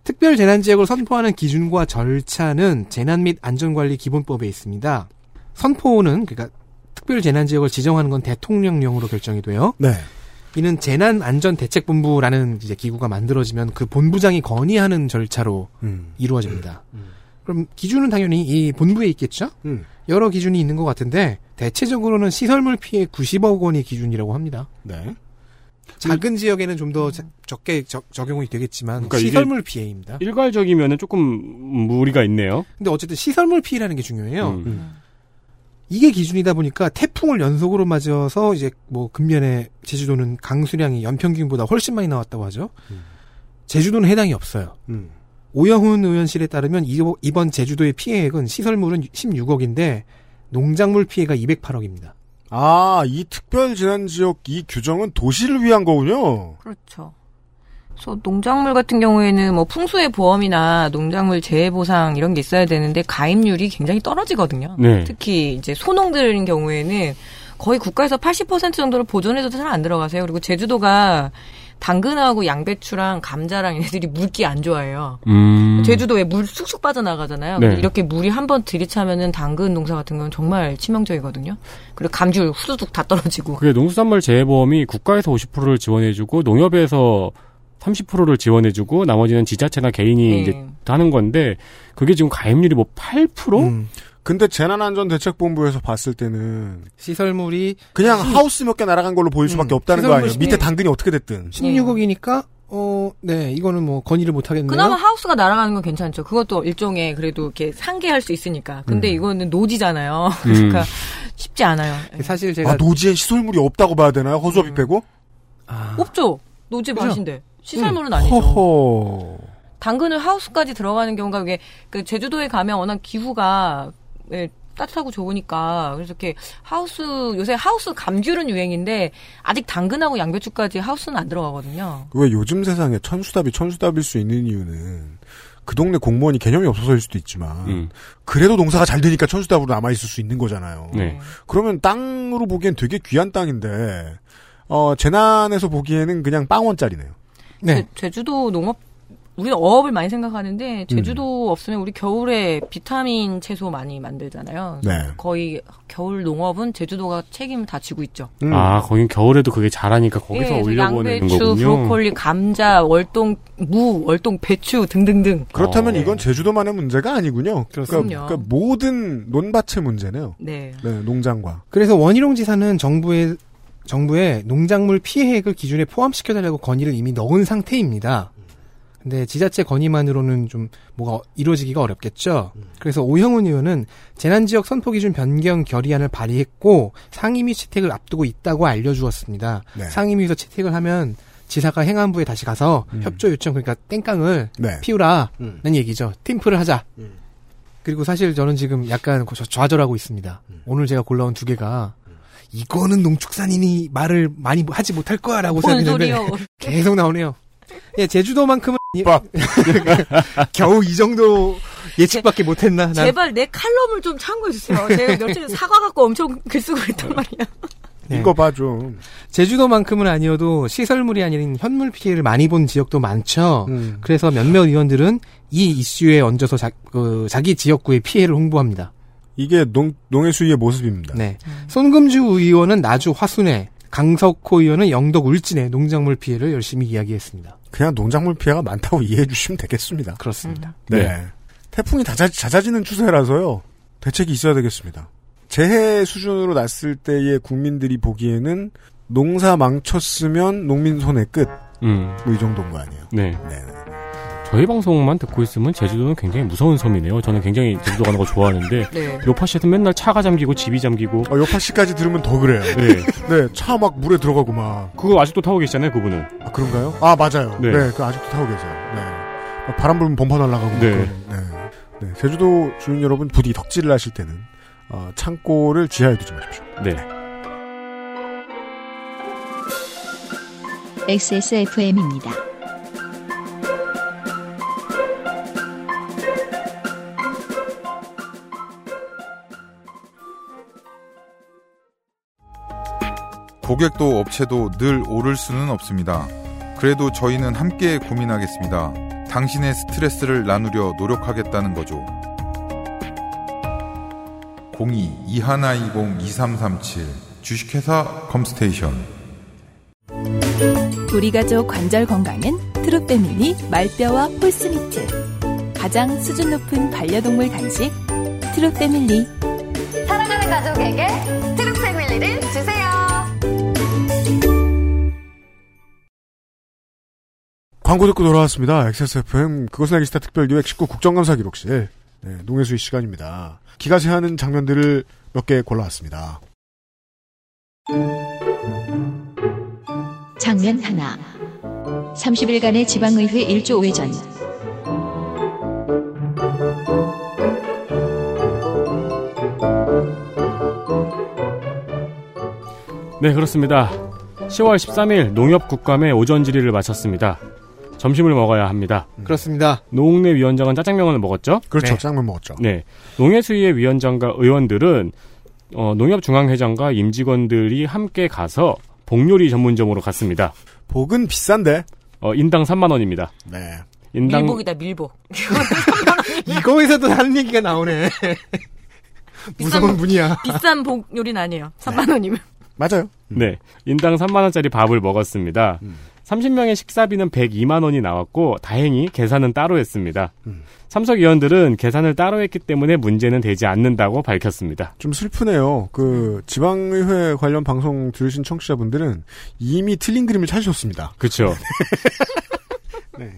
Speaker 3: 특별 재난 지역을 선포하는 기준과 절차는 재난 및 안전관리 기본법에 있습니다. 선포는 그러니까 특별 재난 지역을 지정하는 건 대통령령으로 결정이 돼요.
Speaker 4: 네
Speaker 3: 이는 재난 안전 대책 본부라는 이제 기구가 만들어지면 그 본부장이 건의하는 절차로
Speaker 4: 음.
Speaker 3: 이루어집니다. 그럼 기준은 당연히 이 본부에 있겠죠?
Speaker 4: 음.
Speaker 3: 여러 기준이 있는 것 같은데 대체적으로는 시설물 피해 90억 원이 기준이라고 합니다.
Speaker 4: 네
Speaker 3: 작은 지역에는 좀 더 적게 적- 적용이 되겠지만
Speaker 2: 그러니까 이게-
Speaker 3: 시설물 피해입니다.
Speaker 2: 일괄적이면 조금 무리가 있네요.
Speaker 3: 근데 어쨌든 시설물 피해라는 게 중요해요.
Speaker 2: 음.
Speaker 3: 이게 기준이다 보니까 태풍을 연속으로 맞아서 이제 뭐 금년에 제주도는 강수량이 연평균보다 훨씬 많이 나왔다고 하죠.
Speaker 2: 음.
Speaker 3: 제주도는 해당이 없어요.
Speaker 4: 음.
Speaker 3: 오영훈 의원실에 따르면 이- 이번 제주도의 피해액은 시설물은 16억인데 농작물 피해가 208억입니다.
Speaker 4: 아, 이 특별 재난 지역 이 규정은 도시를 위한 거군요.
Speaker 5: 그렇죠. 그래서 농작물 같은 경우에는 뭐 풍수의 보험이나 농작물 재해 보상 이런 게 있어야 되는데 가입률이 굉장히 떨어지거든요.
Speaker 2: 네.
Speaker 5: 특히 이제 소농들인 경우에는 거의 국가에서 80% 정도를 보존해줘도 잘 안 들어가세요. 그리고 제주도가 당근하고 양배추랑 감자랑 얘들이 물기 안 좋아해요.
Speaker 2: 음.
Speaker 5: 제주도에 물 쑥쑥 빠져나가잖아요.
Speaker 2: 네.
Speaker 5: 근데 이렇게 물이 한번 들이차면은 당근 농사 같은 건 정말 치명적이거든요. 그리고 감귤 후두둑 다 떨어지고.
Speaker 2: 그게 농수산물 재해보험이 국가에서 50%를 지원해주고 농협에서 30%를 지원해주고 나머지는 지자체나 개인이
Speaker 5: 네.
Speaker 2: 이제 하는 건데 그게 지금 가입률이 뭐 8%?
Speaker 3: 음,
Speaker 4: 근데 재난안전대책본부에서 봤을 때는
Speaker 3: 시설물이
Speaker 4: 그냥 하우스 몇 개 날아간 걸로 보일
Speaker 3: 음.
Speaker 4: 수밖에 없다는 거 아니에요.
Speaker 3: 시설물
Speaker 4: 밑에
Speaker 5: 네.
Speaker 4: 당근이 어떻게 됐든.
Speaker 3: 16억이니까 어, 네, 이거는 뭐 건의를 못 하겠네요.
Speaker 5: 그나마 하우스가 날아가는 건 괜찮죠. 그것도 일종의 그래도 이렇게 상계할 수 있으니까. 근데 이거는 노지잖아요. (laughs) 그러니까 쉽지 않아요. 예.
Speaker 3: 네, 사실 제가
Speaker 4: 아, 노지에 시설물이 없다고 봐야 되나요? 허수아비
Speaker 3: 음.
Speaker 4: 빼고?
Speaker 3: 아,
Speaker 5: 없죠. 노지
Speaker 3: 그죠?
Speaker 5: 맛인데
Speaker 4: 음.
Speaker 5: 시설물은 아니죠.
Speaker 4: 허허.
Speaker 5: 당근을 하우스까지 들어가는 경우가 이게 그 제주도에 가면 워낙 기후가 예, 따뜻하고 좋으니까 그래서 이렇게 하우스 요새 하우스 감귤은 유행인데 아직 당근하고 양배추까지 하우스는 안 들어가거든요.
Speaker 4: 왜 요즘 세상에 천수답이 천수답일 수 있는 이유는 그 동네 공무원이 개념이 없어서일 수도 있지만
Speaker 2: 음.
Speaker 4: 그래도 농사가 잘 되니까 천수답으로 남아 있을 수 있는 거잖아요.
Speaker 2: 네.
Speaker 4: 그러면 땅으로 보기엔 되게 귀한 땅인데 어, 재난에서 보기에는 그냥 빵원짜리네요.
Speaker 3: 네.
Speaker 5: 제, 주도 농업 우리는 어업을 많이 생각하는데
Speaker 2: 음.
Speaker 5: 제주도 없으면 우리 겨울에 비타민 채소 많이 만들잖아요.
Speaker 4: 네.
Speaker 5: 거의 겨울 농업은 제주도가 책임 다 지고 있죠.
Speaker 4: 음.
Speaker 2: 아, 거긴 겨울에도 그게 잘하니까 거기서
Speaker 5: 예, 그래서
Speaker 2: 올려보내는
Speaker 5: 양배추,
Speaker 2: 거군요.
Speaker 5: 브로콜리, 감자, 월동, 무, 월동, 배추 등등등.
Speaker 4: 그렇다면
Speaker 2: 어.
Speaker 4: 이건 제주도만의 문제가 아니군요. 그러니까,
Speaker 5: 그렇군요.
Speaker 4: 그러니까 모든 논밭의 문제네요.
Speaker 5: 네.
Speaker 4: 네, 농장과.
Speaker 3: 그래서 원희룡 지사는 정부에 정부에 농작물 피해액을 기준에 포함시켜 달라고 건의를 이미 넣은 상태입니다. 근데 지자체 건의만으로는 좀 뭐가 어- 이루어지기가 어렵겠죠. 그래서 오형훈 의원은 재난 지역 선포 기준 변경 결의안을 발의했고 상임위 채택을 앞두고 있다고 알려 주었습니다.
Speaker 4: 네.
Speaker 3: 상임위에서 채택을 하면 지사가 행안부에 다시 가서 협조 요청 그러니까 땡깡을
Speaker 4: 네.
Speaker 3: 피우라는
Speaker 9: 음.
Speaker 3: 얘기죠. 팀플을 하자.
Speaker 9: 음.
Speaker 3: 그리고 사실 저는 지금 약간 저- 좌절하고 있습니다.
Speaker 4: 음.
Speaker 3: 오늘 제가 골라온 두 개가 이거는 농축산인이 말을 많이 하지 못할 거야라고
Speaker 5: 뭔
Speaker 3: 생각했는데
Speaker 5: 소리요?
Speaker 3: 계속 나오네요. 예, 제주도만큼은
Speaker 4: 빡.
Speaker 3: (laughs) 겨우 이 정도 예측밖에 못했나? 난-
Speaker 5: 제발 내 칼럼을 좀 참고해주세요. 제가 며칠 전에 사과 갖고 엄청 글 쓰고 있단 말이야.
Speaker 3: 네.
Speaker 4: 이거 봐 좀.
Speaker 3: 제주도만큼은 아니어도 시설물이 아닌 현물 피해를 많이 본 지역도 많죠.
Speaker 4: 음.
Speaker 3: 그래서 몇몇 의원들은 이 이슈에 얹어서 자, 그, 자기 지역구의 피해를 홍보합니다.
Speaker 4: 이게 농, 농해 수위의 모습입니다.
Speaker 3: 네. 손금주 의원은 나주 화순에, 강석호 의원은 영덕 울진에 농작물 피해를 열심히 이야기했습니다.
Speaker 4: 그냥 농작물 피해가 많다고 (laughs) 이해해 주시면 되겠습니다.
Speaker 3: 그렇습니다.
Speaker 4: 네.
Speaker 2: 네.
Speaker 4: 태풍이 다 잦아지는 추세라서요. 대책이 있어야 되겠습니다. 재해 수준으로 났을 때의 국민들이 보기에는 농사 망쳤으면 농민 손해 끝.
Speaker 2: 음.
Speaker 4: 뭐 이 정도인 거 아니에요.
Speaker 2: 네.
Speaker 4: 네.
Speaker 2: 저희 방송만 듣고 있으면 제주도는 굉장히 무서운 섬이네요. 저는 굉장히 제주도 가는 거 좋아하는데
Speaker 5: (laughs) 네.
Speaker 2: 요파 씨한테 맨날 차가 잠기고 집이 잠기고
Speaker 4: 어, 요파 씨까지 들으면 더 그래요.
Speaker 3: (laughs)
Speaker 2: 네.
Speaker 4: 네. 차 막 물에 들어가고 막.
Speaker 2: 그거 아직도 타고 계시잖아요, 그분은.
Speaker 4: 아, 그런가요? 아, 맞아요.
Speaker 2: 네.
Speaker 4: 네. 그 아직도 타고 계세요. 네. 막 바람 불면 범퍼 날라가고. 막
Speaker 2: 네.
Speaker 4: 그런, 네. 네. 제주도 주민 여러분 부디 덕질을 하실 때는 어, 창고를 지하에 두지 마십시오.
Speaker 2: 네.
Speaker 1: XSFM입니다.
Speaker 6: 고객도 업체도 늘 오를 수는 없습니다. 그래도 저희는 함께 고민하겠습니다. 당신의 스트레스를 나누려 노력하겠다는 거죠. 02-2120-2337 주식회사 컴스테이션
Speaker 7: 우리 가족 관절 건강엔 트루페밀리 말뼈와 폴스미트 가장 수준 높은 반려동물 간식 트루페밀리
Speaker 8: 사랑하는 가족에게 트루 패밀리를 주세요.
Speaker 4: 광고 듣고 돌아왔습니다. XSFM 그것은 알기 싫다 특별기획 19 국정감사 기록실 네, 농해수의 시간입니다. 기가 세하는 장면들을 몇 개 골라왔습니다.
Speaker 1: 장면 하나. 30일간의 지방의회 1조 회전.
Speaker 2: 네, 그렇습니다. 10월 13일 농협 국감의 오전 질의를 마쳤습니다. 점심을 먹어야 합니다.
Speaker 3: 음. 그렇습니다.
Speaker 2: 농내 위원장은 짜장면을 먹었죠?
Speaker 4: 그렇죠.
Speaker 3: 네.
Speaker 4: 짱면 먹었죠.
Speaker 2: 네. 농해수위의 위원장과 의원들은 어, 농협중앙회장과 임직원들이 함께 가서 복요리 전문점으로 갔습니다.
Speaker 4: 복은 비싼데.
Speaker 2: 어, 인당 3만 원입니다.
Speaker 4: 네.
Speaker 2: 인당
Speaker 5: 밀복이다, 밀복.
Speaker 3: 이거에서도 다른 얘기가 나오네. 무서운 분이야.
Speaker 5: 비싼 복 요리는 아니에요. 3만 원이면.
Speaker 2: 음.
Speaker 4: 맞아요.
Speaker 2: 네. 인당 3만 원짜리 밥을 먹었습니다. 30명의 식사비는 102만 원이 나왔고 다행히 계산은 따로 했습니다. 참석 위원들은 계산을 따로 했기 때문에 문제는 되지 않는다고 밝혔습니다.
Speaker 4: 좀 슬프네요. 그 지방의회 관련 방송 들으신 청취자분들은 이미 틀린 그림을 찾으셨습니다.
Speaker 2: 그렇죠. (laughs) 네.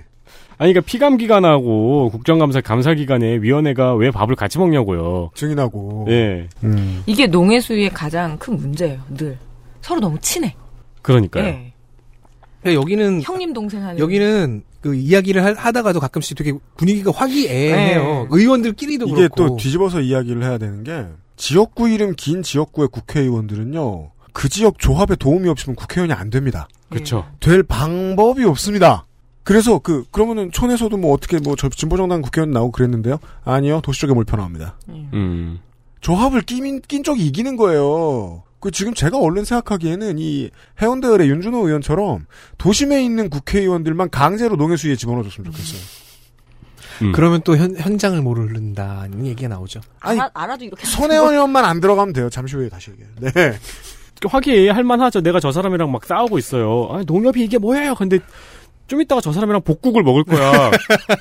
Speaker 2: 아니 그러니까 피감 기간하고 국정감사 감사 기간에 위원회가 왜 밥을 같이 먹냐고요.
Speaker 4: 증인하고.
Speaker 2: 예,
Speaker 4: 음.
Speaker 5: 이게 농해수의 가장 큰 문제예요. 늘 서로 너무 친해.
Speaker 2: 그러니까요.
Speaker 5: 예.
Speaker 3: 그러니까 여기는
Speaker 5: 형님 동생 하는.
Speaker 3: 여기는 그 이야기를 할- 하다가도 가끔씩 되게 분위기가 화기애애해요.
Speaker 5: 네.
Speaker 3: 의원들끼리도
Speaker 4: 이게
Speaker 3: 음. 그렇고.
Speaker 4: 또 뒤집어서 이야기를 해야 되는 게 지역구 이름 긴 지역구의 국회의원들은요. 그 지역 조합에 도움이 없으면 국회의원이 안 됩니다.
Speaker 2: 그렇죠.
Speaker 4: 될 방법이 없습니다. 그래서 그 그러면은 촌에서도 뭐 어떻게 뭐 저- 진보정당 국회의원 나오고 그랬는데요. 아니요. 도시 쪽에 몰표 나옵니다.
Speaker 2: 음,
Speaker 4: 조합을 끼민, 낀 쪽이 이기는 거예요. 그 지금 제가 얼른 생각하기에는 이 해운대열의 윤준호 의원처럼 도심에 있는 국회의원들만 강제로 농해수위에 집어넣어줬으면 좋겠어요.
Speaker 3: 그러면 또 현, 현장을 모르는다는 얘기가 나오죠.
Speaker 4: 아니
Speaker 5: 알아, 알아도 이렇게.
Speaker 4: 손혜원 의원만 안 들어가면 돼요. 잠시 후에 다시 얘기해요. 네.
Speaker 2: 화기애애할 만하죠. 내가 저 사람이랑 막 싸우고 있어요. 아니 농협이 이게 뭐예요? 근데 좀 이따가 저 사람이랑 복국을 먹을 거야.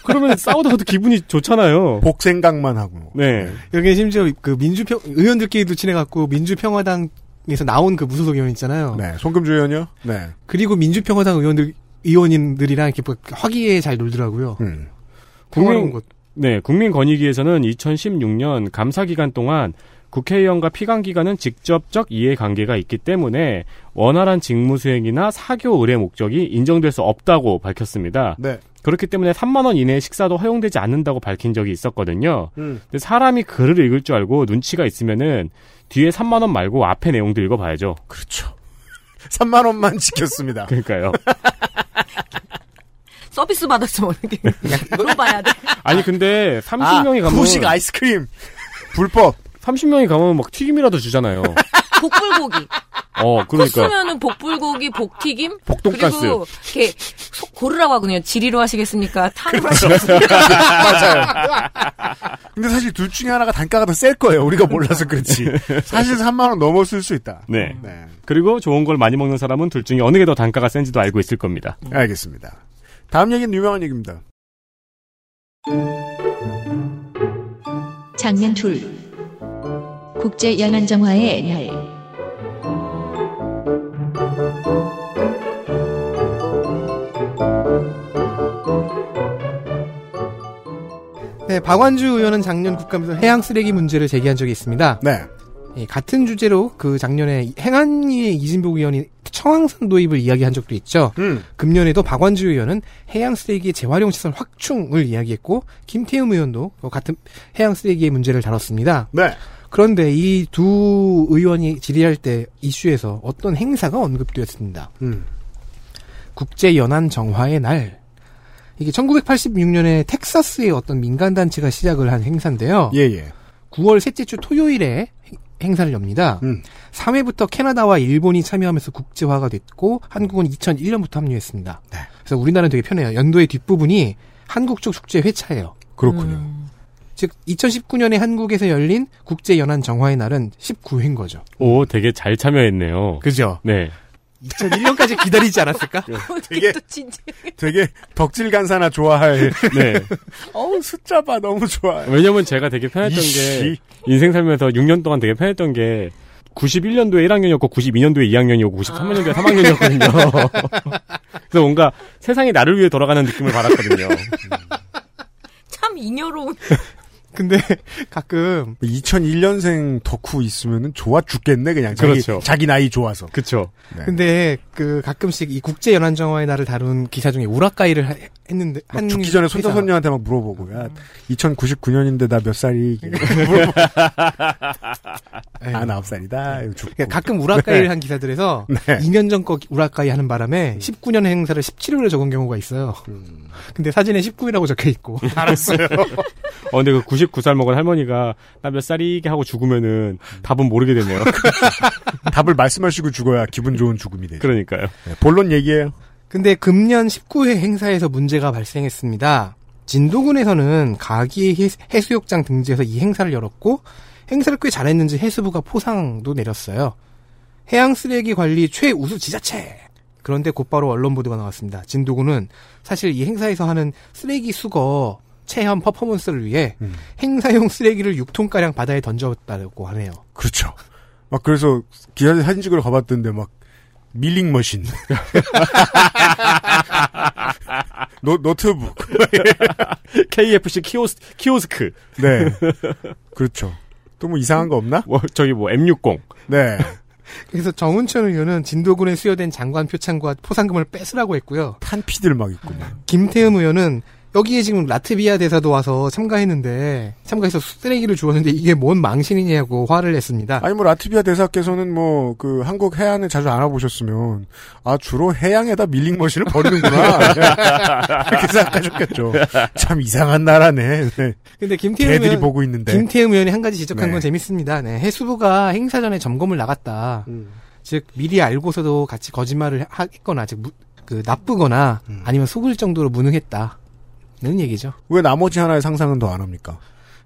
Speaker 2: 그러면 싸우다가도 기분이 좋잖아요.
Speaker 4: (laughs) 복 생각만 하고.
Speaker 2: 네.
Speaker 3: 여기 심지어 그 민주평 의원들끼리도 친해갖고 민주평화당에서 나온 그 무소속 의원 있잖아요.
Speaker 4: 네. 송금주 의원이요? 네.
Speaker 3: 그리고 민주평화당 의원들 의원님들이랑 이렇게 막 화기애애 잘 놀더라고요.
Speaker 4: 음.
Speaker 3: 평화로운
Speaker 2: 국민-
Speaker 3: 곳.
Speaker 2: 네, 국민권익위에서는 2016년 감사 기간 동안 국회의원과 피감기관은 직접적 이해관계가 있기 때문에 원활한 직무 수행이나 사교 의뢰 목적이 인정될 수 없다고 밝혔습니다.
Speaker 4: 네.
Speaker 2: 그렇기 때문에 3만 원 이내의 식사도 허용되지 않는다고 밝힌 적이 있었거든요.
Speaker 4: 음.
Speaker 2: 근데 사람이 글을 읽을 줄 알고 눈치가 있으면은 뒤에 3만 원 말고 앞에 내용도 읽어봐야죠.
Speaker 4: 그렇죠. (laughs) 3만 원만 지켰습니다.
Speaker 2: 그러니까요.
Speaker 5: 서비스 받았어, 오늘. 물어봐야 돼.
Speaker 2: 아니 근데 30명이 가면
Speaker 4: 아, 후식 아이스크림. 불법.
Speaker 2: 30명이 가면 막 튀김이라도 주잖아요.
Speaker 5: 복불고기.
Speaker 2: 어, 그러니까
Speaker 5: 코스면은 복불고기, 복튀김.
Speaker 2: 복돈가스.
Speaker 5: 그리고 이렇게 소- 고르라고 하거든요. 지리로 하시겠습니까? 탕으로 하시겠습니까?
Speaker 4: 근데 사실 둘 중에 하나가 단가가 더 셀 거예요. 우리가 몰라서 그렇지. 사실 3만 원 넘었을 수 있다.
Speaker 2: 네.
Speaker 4: 네.
Speaker 2: 그리고 좋은 걸 많이 먹는 사람은 둘 중에 어느 게 더 단가가 센지도 알고 있을 겁니다.
Speaker 4: 알겠습니다. 다음 얘기는 유명한 얘기입니다.
Speaker 1: 장면 둘 국제 연안정화의 날
Speaker 3: 네, 박완주 의원은 작년 국감에서 해양 쓰레기 문제를 제기한 적이 있습니다.
Speaker 4: 네.
Speaker 3: 예, 같은 주제로 그 작년에 행안위의 이진복 의원이 청황산 도입을 이야기한 적도 있죠.
Speaker 4: 음.
Speaker 3: 금년에도 박완주 의원은 해양 쓰레기의 재활용 시설 확충을 이야기했고 김태흠 의원도 그 같은 해양 쓰레기의 문제를 다뤘습니다.
Speaker 4: 네.
Speaker 3: 그런데 이 두 의원이 질의할 때 이슈에서 어떤 행사가 언급되었습니다.
Speaker 4: 음.
Speaker 3: 국제 연안 정화의 날. 이게 1986년에 텍사스의 어떤 민간 단체가 시작을 한 행사인데요.
Speaker 4: 예, 예.
Speaker 3: 9월 셋째 주 토요일에 행- 행사를 엽니다.
Speaker 4: 음.
Speaker 3: 3회부터 캐나다와 일본이 참여하면서 국제화가 됐고 한국은 2001년부터 합류했습니다.
Speaker 4: 네.
Speaker 3: 그래서 우리나라는 되게 편해요. 연도의 뒷부분이 한국 쪽 숙제 회차예요.
Speaker 4: 그렇군요.
Speaker 3: 즉 2019년에 한국에서 열린 국제 연안 정화의 날은 19회인 거죠.
Speaker 2: 오, 되게 잘 참여했네요.
Speaker 3: 그죠?
Speaker 2: 네.
Speaker 3: 2001년까지 기다리지 않았을까?
Speaker 5: 어떻게 또 진지.
Speaker 4: 되게 덕질 간사나 좋아할.
Speaker 2: 네.
Speaker 4: 어우, 숫자 봐. 너무 좋아요.
Speaker 2: 왜냐면 제가 되게 편했던 게
Speaker 4: 이씨.
Speaker 2: 인생 살면서 6년 동안 되게 편했던 게 91년도에 1학년이었고 92년도에 2학년이었고 93년도에 3학년이었거든요. (laughs) 그래서 뭔가 세상이 나를 위해 돌아가는 느낌을 받았거든요.
Speaker 5: 참 인여로운.
Speaker 3: (laughs) 근데 가끔
Speaker 4: 2001년생 덕후 있으면은 좋아 죽겠네, 그냥. 자기,
Speaker 2: 그렇죠.
Speaker 4: 자기 나이 좋아서.
Speaker 2: 그쵸.
Speaker 4: 네.
Speaker 3: 근데 그 가끔씩 이 국제 연안 정화의 날을 다룬 기사 중에 우라카이를 하- 했는데
Speaker 4: 막 죽기 전에 손자
Speaker 3: 회사가
Speaker 4: 손녀한테 막 물어보고 야 2099년인데 나 몇 살이 물어보고
Speaker 3: 에휴.
Speaker 4: 아 아홉 살이다 이러고 죽고
Speaker 3: 그러니까 가끔 우라카이를 한 기사들에서
Speaker 4: 네.
Speaker 3: 2년 전 거 우라카이 하는
Speaker 4: 음.
Speaker 3: 바람에 19년 행사를 17회로 적은 경우가 있어요. 근데 사진에 19이라고 적혀 있고
Speaker 4: 알았어요
Speaker 2: 어, 근데 그 99살 먹은 할머니가 나 몇 살이게 하고 죽으면은 답은 모르게 되네요. (laughs)
Speaker 4: 답을 말씀하시고 죽어야 기분 좋은 죽음이 되죠
Speaker 2: 그러니까요.
Speaker 4: 네, 본론 얘기예요
Speaker 3: 근데 금년 19회 행사에서 문제가 발생했습니다. 진도군에서는 가기 해- 해수욕장 등지에서 이 행사를 열었고 행사를 꽤 잘했는지 해수부가 포상도 내렸어요. 해양 쓰레기 관리 최우수 지자체 그런데 곧바로 언론 보도가 나왔습니다. 진도구는 사실 이 행사에서 하는 쓰레기 수거 체험 퍼포먼스를 위해
Speaker 4: 음.
Speaker 3: 행사용 쓰레기를 6톤가량 바다에 던졌다고 하네요.
Speaker 4: 그렇죠. 막 그래서 기사에 사진 찍으러 가봤던데 막 밀링 머신, (laughs) 노, 노트북,
Speaker 2: KFC 키오스, 키오스크,
Speaker 4: 네, 그렇죠. 또 뭐 이상한 거 없나?
Speaker 2: 뭐, 저기 뭐, M60.
Speaker 4: 네,
Speaker 3: 그래서 정운천 의원은 진도군에 수여된 장관 표창과 포상금을 뺏으라고 했고요.
Speaker 4: 탄피들 막 있고. 막.
Speaker 3: 김태흠 의원은 여기에 지금 라트비아 대사도 와서 참가했는데 참가해서 쓰레기를 주었는데 이게 뭔 망신이냐고 화를 냈습니다.
Speaker 4: 아니 뭐 라트비아 대사께서는 뭐 그 한국 해안을 자주 알아보셨으면 아 주로 해양에다 밀링 머신을 버리는구나 이렇게 생각하셨겠죠. 참 이상한 나라네. 네.
Speaker 3: 근데 김태흠
Speaker 4: 걔들이
Speaker 3: 의원
Speaker 4: 보고 있는데.
Speaker 3: 김태흠 의원이 한 가지 지적한
Speaker 4: 네.
Speaker 3: 건 재밌습니다. 네, 해수부가 행사 전에 점검을 나갔다.
Speaker 4: 음.
Speaker 3: 즉 미리 알고서도 같이 거짓말을 하- 했거나 즉 무- 그 나쁘거나
Speaker 4: 음.
Speaker 3: 아니면 속을 정도로 무능했다는 얘기죠.
Speaker 4: 왜 나머지 하나의 상상은 더 안 합니까?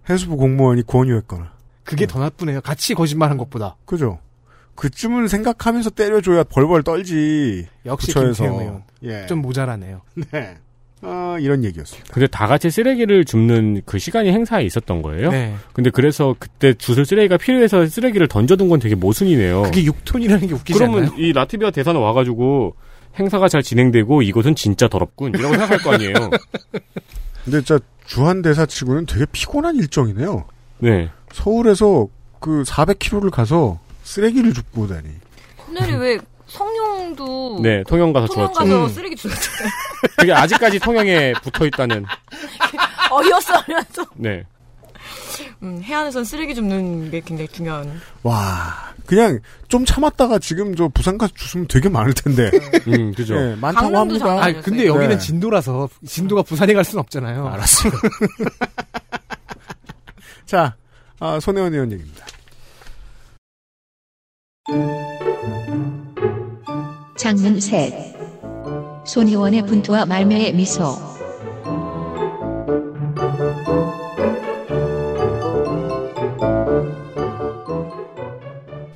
Speaker 4: 해수부 공무원이 권유했거나.
Speaker 3: 그게
Speaker 4: 음.
Speaker 3: 더 나쁘네요. 같이 거짓말한 것보다.
Speaker 4: 그죠? 그쯤을 생각하면서 때려줘야 벌벌 떨지.
Speaker 3: 역시
Speaker 4: 부처에서.
Speaker 3: 김태흠 의원
Speaker 4: 예.
Speaker 3: 좀 모자라네요.
Speaker 4: 네. 아, 이런 얘기였습니다.
Speaker 2: 근데 다 같이 쓰레기를 줍는 그 시간이 행사에 있었던 거예요?
Speaker 3: 네.
Speaker 4: 어.
Speaker 2: 근데 그래서 그때 주술 쓰레기가 필요해서 쓰레기를 던져둔 건 되게 모순이네요.
Speaker 3: 그게 6톤이라는 게 웃기지
Speaker 2: 그러면
Speaker 3: 않나요?
Speaker 2: 이 라트비아 대사는 와가지고 행사가 잘 진행되고 이곳은 진짜 더럽군 이라고 생각할 거
Speaker 3: (laughs)
Speaker 2: 아니에요.
Speaker 4: 근데 진짜 주한 대사치고는 되게 피곤한 일정이네요.
Speaker 2: 네.
Speaker 4: 서울에서 그 400km를 가서 쓰레기를 줍고 다니.
Speaker 5: 오늘이 왜
Speaker 3: 어.
Speaker 5: 성룡도
Speaker 2: 네, 통영 가서
Speaker 5: 통영
Speaker 2: 주웠죠.
Speaker 5: 가서
Speaker 3: 음.
Speaker 5: 쓰레기 주웠대.
Speaker 2: 그게 아직까지 통영에 붙어 있다는,
Speaker 5: (laughs) 어이없어 하면서.
Speaker 2: 네.
Speaker 5: 음, 해안에선 쓰레기 줍는 게 굉장히 중요한.
Speaker 4: 와, 그냥 좀 참았다가 지금 저 부산 가서 주스면 되게 많을 텐데.
Speaker 2: 음, 그죠.
Speaker 3: 네.
Speaker 4: 예, 많다고
Speaker 5: 강릉도
Speaker 4: 합니다.
Speaker 5: 장난
Speaker 3: 아,
Speaker 5: 아니었어요.
Speaker 3: 근데 여기는
Speaker 4: 네.
Speaker 3: 진도라서 진도가 부산에 갈 수는 없잖아요. 뭐
Speaker 4: 알았어요. 자, 아, 손혜원 의원 얘기입니다.
Speaker 1: 장문 셋. 손혜원의 분투와 말매의 미소.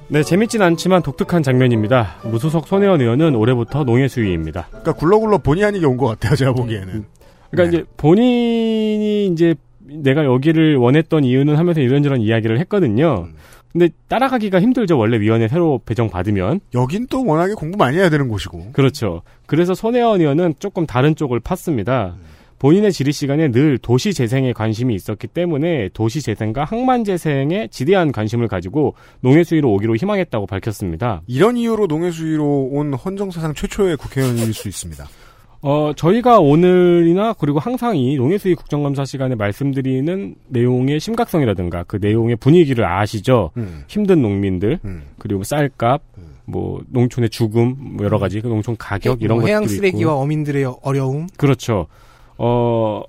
Speaker 2: 네, 재밌진 않지만 독특한 장면입니다. 무소속 손혜원 의원은 올해부터 농해수위입니다.
Speaker 4: 그러니까 굴러굴러 본의 아니게 온 것 같아요, 제가 보기에는.
Speaker 2: 그러니까
Speaker 4: 네.
Speaker 2: 이제 본인이 이제 내가 여기를 원했던 이유는 하면서 이런저런 이야기를 했거든요.
Speaker 3: 음.
Speaker 2: 근데 따라가기가 힘들죠. 원래 위원회 새로 배정 받으면.
Speaker 4: 여긴 또 워낙에 공부 많이 해야 되는 곳이고.
Speaker 2: 그렇죠. 그래서 손혜원 의원은 조금 다른 쪽을 팠습니다. 본인의 질의 시간에 늘 도시 재생에 관심이 있었기 때문에 도시 재생과 항만 재생에 지대한 관심을 가지고 농해수위로 오기로 희망했다고 밝혔습니다.
Speaker 4: 이런 이유로 농해수위로 온 헌정사상 최초의 국회의원일 수 있습니다.
Speaker 2: 어, 저희가 오늘이나 그리고 항상 이 농해수위 국정감사 시간에 말씀드리는 내용의 심각성이라든가 그 내용의 분위기를 아시죠?
Speaker 4: 음,
Speaker 2: 힘든 농민들,
Speaker 4: 음.
Speaker 2: 그리고 쌀값,
Speaker 3: 네.
Speaker 2: 뭐 농촌의 죽음, 뭐 여러 가지 그 농촌 가격 이런
Speaker 3: 뭐
Speaker 2: 것들이
Speaker 3: 해양 쓰레기와
Speaker 2: 있고.
Speaker 3: 어민들의 어려움.
Speaker 2: 그렇죠. 어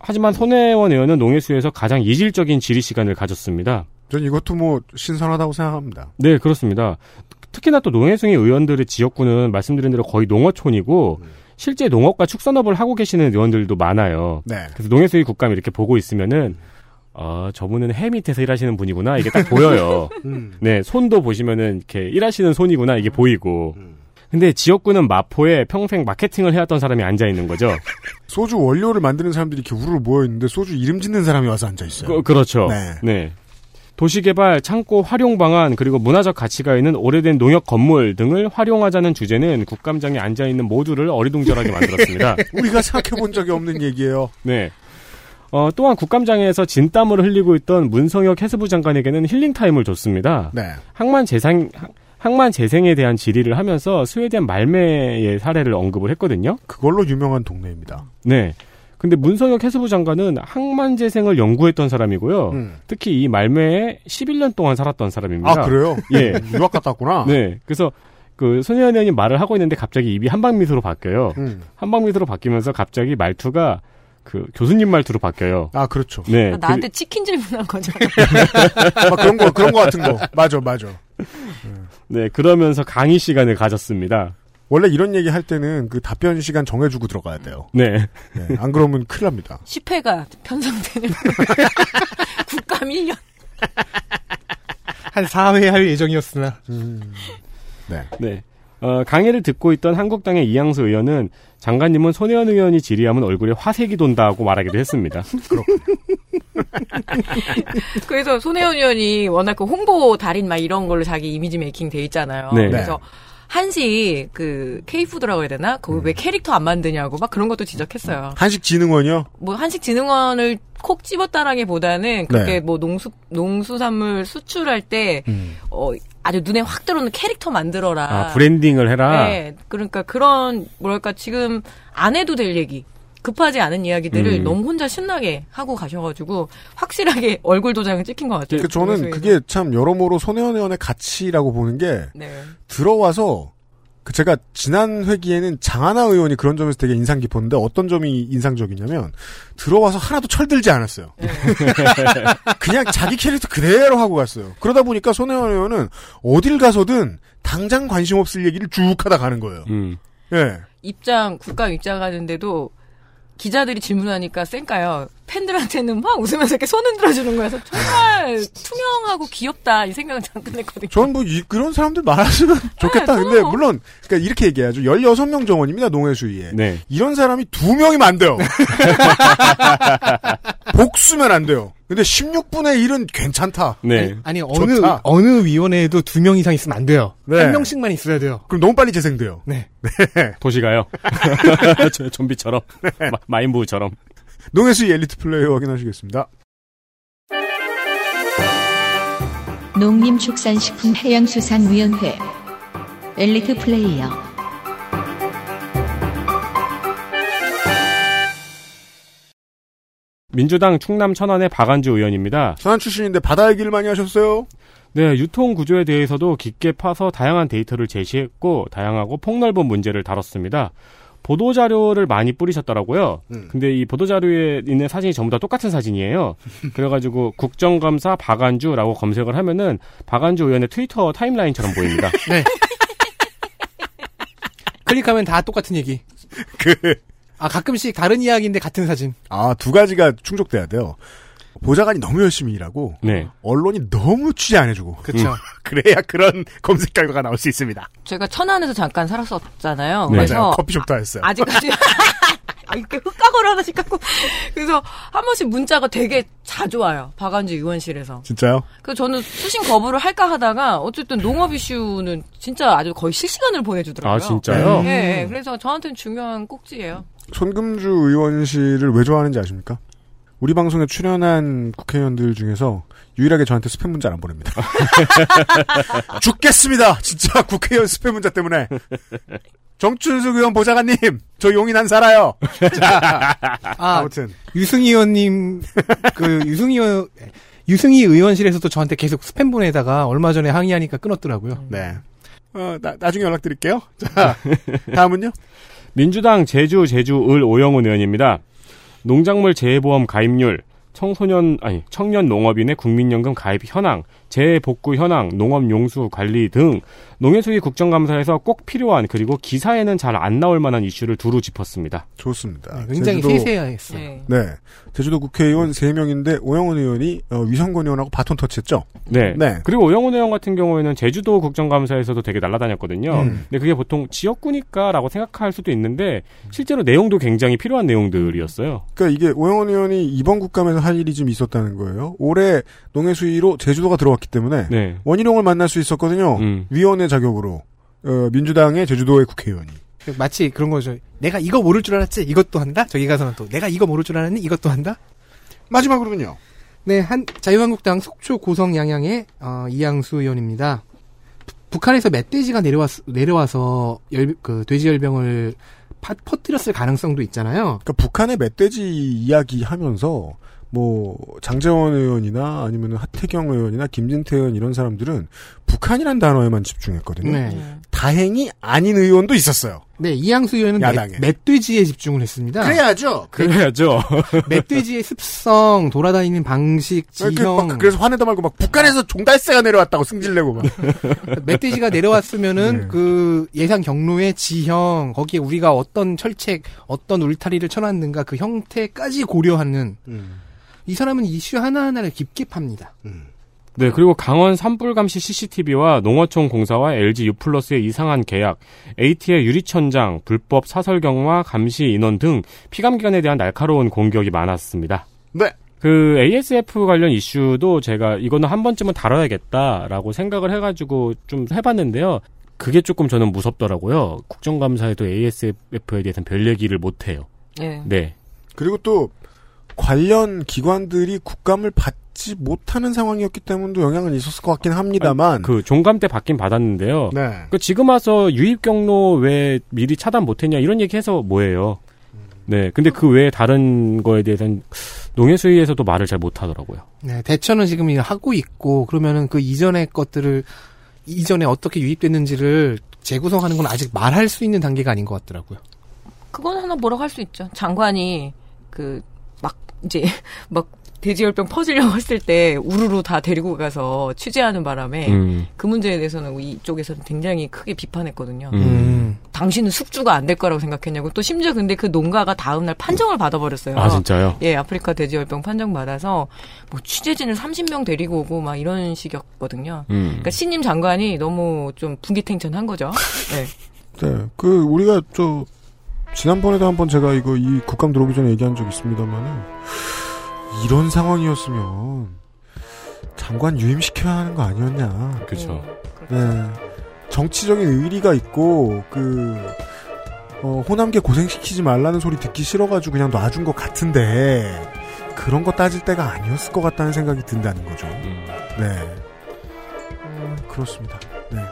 Speaker 2: 하지만 손혜원 의원은 농해수에서 가장 이질적인 질의 시간을 가졌습니다.
Speaker 4: 전 이것도 뭐 신선하다고 생각합니다.
Speaker 2: 네, 그렇습니다. 특히나 또 농해수위 의원들의 지역구는 말씀드린 대로 거의 농어촌이고 실제 농업과 축산업을 하고 계시는 의원들도 많아요.
Speaker 4: 네.
Speaker 2: 그래서 농해수위 국감 이렇게 보고 있으면은 아, 저분은 해 밑에서 일하시는 분이구나 이게 딱 보여요.
Speaker 4: 음.
Speaker 2: 네, 손도 보시면은 이렇게 일하시는 손이구나 이게 보이고. 근데 지역구는 마포에 평생 마케팅을 해왔던 사람이 앉아 있는 거죠.
Speaker 4: 소주 원료를 만드는 사람들이 이렇게 우르르 모여있는데 소주 이름 짓는 사람이 와서 앉아있어요.
Speaker 2: 그, 그렇죠.
Speaker 4: 네.
Speaker 2: 네. 도시개발, 창고 활용 방안, 그리고 문화적 가치가 있는 오래된 농역 건물 등을 활용하자는 주제는 국감장에 앉아있는 모두를
Speaker 4: (laughs)
Speaker 2: 어리둥절하게 만들었습니다.
Speaker 4: 우리가 생각해본 적이
Speaker 2: (laughs)
Speaker 4: 없는 얘기예요.
Speaker 2: 네. 어, 또한 국감장에서 진땀을 흘리고 있던 문성혁 해수부 장관에게는 힐링타임을 줬습니다.
Speaker 4: 네.
Speaker 2: 항만 재생, 항- 항만 재생에 대한 질의를 하면서 스웨덴 말매의 사례를 언급을 했거든요.
Speaker 4: 그걸로 유명한 동네입니다.
Speaker 2: 네. 근데 문성혁 해수부 장관은 항만 재생을 연구했던 사람이고요.
Speaker 4: 음.
Speaker 2: 특히 이 말매에 11년 동안 살았던 사람입니다.
Speaker 4: 아, 그래요?
Speaker 2: 예.
Speaker 4: 유학 갔다 왔구나.
Speaker 2: 네. 그래서 그 손혜원 의원이 말을 하고 있는데 갑자기 입이 한방미소로 바뀌어요.
Speaker 4: 음.
Speaker 2: 한방미소로 바뀌면서 갑자기 말투가 그 교수님 말투로 바뀌어요.
Speaker 4: 아, 그렇죠.
Speaker 2: 네.
Speaker 5: 나 나한테 치킨 질문한 거잖아.
Speaker 4: 막 그런 거, 그런 거 같은 거. 맞아, 맞아.
Speaker 2: 그, 네. 그러면서 강의 시간을 가졌습니다.
Speaker 4: 원래 이런 얘기 할 때는 그 답변 시간 정해주고 들어가야 돼요.
Speaker 2: 네. (laughs)
Speaker 4: 네, 안 그러면 큰일 납니다.
Speaker 5: 10회가 편성되는 (laughs) 국감 1년.
Speaker 3: 한 4회 할 예정이었으나.
Speaker 4: 네.
Speaker 2: 네. 어, 강의를 듣고 있던 한국당의 이양수 의원은 장관님은 손혜원 의원이 질의하면 얼굴에 화색이 돈다고 말하기도 했습니다.
Speaker 5: 그래서 손혜원 의원이 워낙 그 홍보 달인 막 이런 걸로 자기 이미지 메이킹 돼 있잖아요.
Speaker 2: 네.
Speaker 5: 그래서 한시 그 K푸드라고 해야 되나? 그거
Speaker 2: 음.
Speaker 5: 왜 캐릭터 안 만드냐고 막 그런 것도 지적했어요.
Speaker 4: 한식진흥원이요?
Speaker 5: 뭐 한식진흥원을 콕 집었다라기보다는 그게
Speaker 4: 네.
Speaker 5: 뭐 농수 농수산물 수출할 때 어, 아주 눈에 확 들어오는 캐릭터 만들어라.
Speaker 2: 음. 아, 브랜딩을 해라.
Speaker 5: 네, 그러니까 그런 뭐랄까 지금 안 해도 될 얘기. 급하지 않은 이야기들을
Speaker 2: 음.
Speaker 5: 너무 혼자 신나게 하고 가셔가지고 확실하게 (laughs) 얼굴 도장을 찍힌 것 같아요.
Speaker 4: 그러니까 저는
Speaker 5: 그래서
Speaker 4: 그게 참 여러모로 손혜원 의원의 가치라고 보는 게
Speaker 5: 네.
Speaker 4: 들어와서 그 제가 지난 회기에는 장하나 의원이 그런 점에서 되게 인상 깊었는데 어떤 점이 인상적이냐면 들어와서 하나도 철들지 않았어요.
Speaker 5: 네.
Speaker 4: (laughs) 그냥 자기 캐릭터 그대로 하고 갔어요. 그러다 보니까 손혜원 의원은 어딜 가서든 당장 관심 없을 얘기를 쭉 하다 가는 거예요.
Speaker 2: 음.
Speaker 4: 예.
Speaker 5: 입장 국가 입장하는데도 기자들이 질문하니까 쌩까요. 팬들한테는 막 웃으면서 이렇게 손 흔들어 주는 거여서 정말 투명하고 귀엽다 이 생각은 잠깐 했거든요.
Speaker 4: 전 뭐 그런 사람들 많았으면 좋겠다.
Speaker 5: 저는
Speaker 4: 근데
Speaker 5: 뭐-
Speaker 4: 물론 그러니까 이렇게 얘기해야죠. 16명 정원입니다. 농해수위에.
Speaker 2: 네.
Speaker 4: 이런 사람이 두 명이면 안 (laughs) 돼요. 복수면 안 돼요. 근데 16분의 1은 괜찮다.
Speaker 2: 네.
Speaker 3: 아니 어느
Speaker 4: 좋다.
Speaker 3: 어느 위원회에도 두 명 이상 있으면 안 돼요.
Speaker 4: 네.
Speaker 3: 한 명씩만 있어야 돼요.
Speaker 4: 그럼 너무 빨리 재생돼요.
Speaker 3: 네. (laughs)
Speaker 2: 도시가요. (laughs) 저- 좀비처럼.
Speaker 3: 네.
Speaker 2: 마- 마인부처럼.
Speaker 4: 농해수위 엘리트 플레이어 확인하시겠습니다.
Speaker 1: 농림축산식품해양수산위원회 엘리트 플레이어
Speaker 2: 민주당 충남 천안의 박안주 의원입니다.
Speaker 4: 천안 출신인데 바다 얘기를 많이 하셨어요.
Speaker 2: 네, 유통 구조에 대해서도 깊게 파서 다양한 데이터를 제시했고 다양하고 폭넓은 문제를 다뤘습니다. 보도 자료를 많이 뿌리셨더라고요.
Speaker 3: 음.
Speaker 2: 근데 이 보도 자료에 있는 사진이 전부 다 똑같은 사진이에요.
Speaker 3: (laughs)
Speaker 2: 그래가지고 국정감사 박안주라고 검색을 하면은 박안주 의원의 트위터 타임라인처럼
Speaker 3: (laughs)
Speaker 2: 보입니다.
Speaker 3: 네. 클릭하면 다 똑같은 얘기. 아 가끔씩 다른 이야기인데 같은 사진.
Speaker 4: 아, 두 가지가 충족돼야 돼요. 보좌관이 너무 열심히 일하고
Speaker 2: 네,
Speaker 4: 언론이 너무 취재 안 해주고
Speaker 3: 그렇죠.
Speaker 4: (laughs) 그래야 그런 검색 결과가 나올 수 있습니다.
Speaker 5: 제가 천안에서 잠깐 살았었잖아요.
Speaker 2: 네.
Speaker 5: 그래서
Speaker 4: 맞아요. 커피숍도 했어요.
Speaker 5: 아직까지 (laughs) 아, 이렇게 흑각을 하나씩 갖고 그래서 한 번씩 문자가 되게 자주 와요. 박안주 의원실에서.
Speaker 4: 진짜요?
Speaker 5: 그래서 저는 수신 거부를 할까 하다가 어쨌든 농업 이슈는 진짜 아주 거의 실시간으로 보내주더라고요.
Speaker 2: 아 진짜요?
Speaker 5: 예, 예. 그래서 저한테는 중요한 꼭지예요.
Speaker 4: 손금주 의원실을 왜 좋아하는지 아십니까? 우리 방송에 출연한 국회의원들 중에서 유일하게 저한테 스팸 문자를 안 보냅니다. (laughs) 죽겠습니다. 진짜 국회의원 스팸 문자 때문에. 정춘숙 의원 보좌관님, 저 용인 안 살아요.
Speaker 3: 아
Speaker 4: 아무튼
Speaker 3: 유승희 의원님 그 유승희 의원 유승희 의원실에서도 저한테 계속 스팸 보내다가 얼마 전에 항의하니까 끊었더라고요.
Speaker 4: 네. 어, 나, 나중에 연락드릴게요. 자, 다음은요.
Speaker 2: 민주당 제주 제주을 오영훈 의원입니다. 농작물 재해보험 가입률, 청소년 아니 청년 농업인의 국민연금 가입 현황, 재해 복구 현황, 농업 용수 관리 등 농해수위 국정감사에서 꼭 필요한 그리고 기사에는 잘 안 나올 만한 이슈를 두루 짚었습니다.
Speaker 4: 좋습니다.
Speaker 3: 네, 굉장히
Speaker 4: 제주도-
Speaker 3: 세세했어요.
Speaker 5: 예.
Speaker 4: 네. 제주도 국회의원 3명인데 오영훈 의원이 어, 위성권 의원하고 바톤 터치했죠.
Speaker 2: 네.
Speaker 4: 네.
Speaker 2: 그리고 오영훈 의원 같은 경우에는 제주도 국정감사에서도 되게 날아다녔거든요. 근데 그게 보통 지역구니까라고 생각할 수도 있는데 실제로 내용도 굉장히 필요한 내용들이었어요.
Speaker 4: 그러니까 이게 오영원 의원이 이번 국감에서 할 일이 좀 있었다는 거예요. 올해 농해수위로 제주도가 들어왔기 때문에
Speaker 2: 네.
Speaker 4: 원희룡을 만날 수 있었거든요.
Speaker 2: 음.
Speaker 4: 위원회 자격으로 어, 민주당의 제주도의 국회의원이.
Speaker 3: 마치 그런 거죠. 내가 이거 모를 줄 알았지 이것도 한다. 저기 가서는 또 내가 이거 모를 줄 알았니 이것도 한다.
Speaker 4: 마지막으로는요.
Speaker 3: 네, 한 자유한국당 속초 고성 양양의 어, 이양수 의원입니다. 부- 북한에서 멧돼지가 내려왔, 내려와서 열, 그 돼지 열병을 파- 퍼뜨렸을 가능성도 있잖아요.
Speaker 4: 그러니까 북한의 멧돼지 이야기하면서 뭐 장재원 의원이나 아니면 하태경 의원이나 김진태 의원 이런 사람들은 북한이란 단어에만 집중했거든요.
Speaker 3: 네.
Speaker 4: 다행히 아닌 의원도 있었어요.
Speaker 3: 네, 이양수 의원은
Speaker 4: 야당에.
Speaker 3: 멧, 멧돼지에 집중을 했습니다.
Speaker 4: 그래야죠.
Speaker 2: 그래야죠.
Speaker 3: 멧돼지의 습성, 돌아다니는 방식,
Speaker 4: 이렇게 그러니까 막
Speaker 3: 지형.
Speaker 4: 그래서 화내다 말고 막 북한에서 종달새가 내려왔다고 승질내고 막.
Speaker 3: 멧돼지가 내려왔으면은
Speaker 4: 네.
Speaker 3: 그 예상 경로의 지형, 거기에 우리가 어떤 철책, 어떤 울타리를 쳐놨는가 그 형태까지 고려하는 이 사람은 이슈 하나하나를 깊게 팝니다.
Speaker 2: 네, 그리고 강원 산불감시 CCTV와 농어촌 공사와 LG U+의 이상한 계약, AT의 유리천장, 불법 사설 경화, 감시 인원 등 피감기관에 대한 날카로운 공격이 많았습니다.
Speaker 4: 네.
Speaker 2: 그 ASF 관련 이슈도 제가 이거는 한 번쯤은 다뤄야겠다라고 생각을 해가지고 좀 해봤는데요. 그게 조금 저는 무섭더라고요. 국정감사에도 ASF에 대해서는 별 얘기를 못해요.
Speaker 5: 예.
Speaker 2: 네.
Speaker 4: 그리고 또 관련 기관들이 국감을 받지 못하는 상황이었기 때문에도 영향은 있었을 것 같긴 합니다만.
Speaker 2: 그 종감 때 받긴 받았는데요.
Speaker 4: 네.
Speaker 2: 그 지금 와서 유입 경로 왜 미리 차단 못했냐 이런 얘기해서 뭐예요? 네, 근데 그 외에 다른 거에 대해서는 농해수위에서도 말을 잘 못하더라고요.
Speaker 3: 네, 대처는 지금 이거 하고 있고 그러면은 그 이전의 것들을 이전에 어떻게 유입됐는지를 재구성하는 건 아직 말할 수 있는 단계가 아닌 것 같더라고요.
Speaker 5: 그건 하나 뭐라고 할 수 있죠. 장관이 그 막 이제 (laughs) 막 돼지열병 퍼지려고 했을 때 우르르 다 데리고 가서 취재하는 바람에
Speaker 2: 음,
Speaker 5: 그 문제에 대해서는 이쪽에서는 굉장히 크게 비판했거든요.
Speaker 2: 음.
Speaker 5: 당신은 숙주가 안 될 거라고 생각했냐고 또 심지어 근데 그 농가가 다음날 판정을 받아버렸어요.
Speaker 2: 아 진짜요?
Speaker 5: 예, 아프리카 돼지열병 판정 받아서 뭐 취재진을 30명 데리고 오고 막 이런 식이었거든요.
Speaker 2: 음.
Speaker 5: 그러니까 신임 장관이 너무 좀 분기탱천한 거죠. 예.
Speaker 4: 네. 그 우리가 저 지난번에도 한번 제가 이거 이 국감 들어오기 전에 얘기한 적 있습니다만은 이런 상황이었으면 장관 유임시켜야 하는 거 아니었냐.
Speaker 2: 그렇죠.
Speaker 5: 음.
Speaker 4: 네. 정치적인 의리가 있고 그 어, 호남계 고생시키지 말라는 소리 듣기 싫어가지고 그냥 놔준 것 같은데 그런 거 따질 때가 아니었을 것 같다는 생각이 든다는 거죠.
Speaker 2: 음.
Speaker 4: 네. 음, 그렇습니다. 네.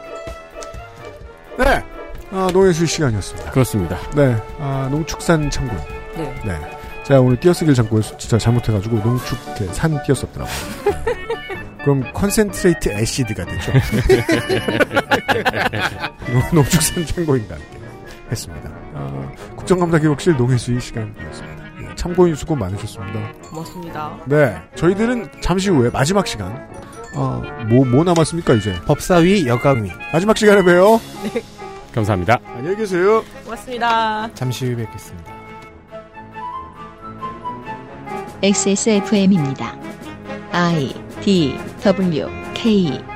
Speaker 4: 네. 아, 노예술 시간이었습니다.
Speaker 2: 그렇습니다.
Speaker 4: 네. 아, 농축산 참고.
Speaker 5: 네.
Speaker 4: 네. 제가 오늘 띄어쓰기를 잠고 뭐, 진짜 잘못해가지고 농축 이렇게 산 띄어썼더라고요. 그럼 컨센트레이트 애시드가 되죠. 농- 농축산 참고인과 함께 했습니다. 아, 국정감사 기록실 농해수의 시간이었습니다. 예, 참고인 수고 많으셨습니다.
Speaker 5: 고맙습니다.
Speaker 4: 네, 저희들은 잠시 후에 마지막 시간. 어, 뭐, 뭐 남았습니까, 이제?
Speaker 3: 법사위, 여가위
Speaker 4: 마지막 시간에 봬요.
Speaker 2: 감사합니다.
Speaker 4: 안녕히 계세요.
Speaker 5: 고맙습니다.
Speaker 3: 잠시 후에 뵙겠습니다.
Speaker 1: XSFM입니다. I D W K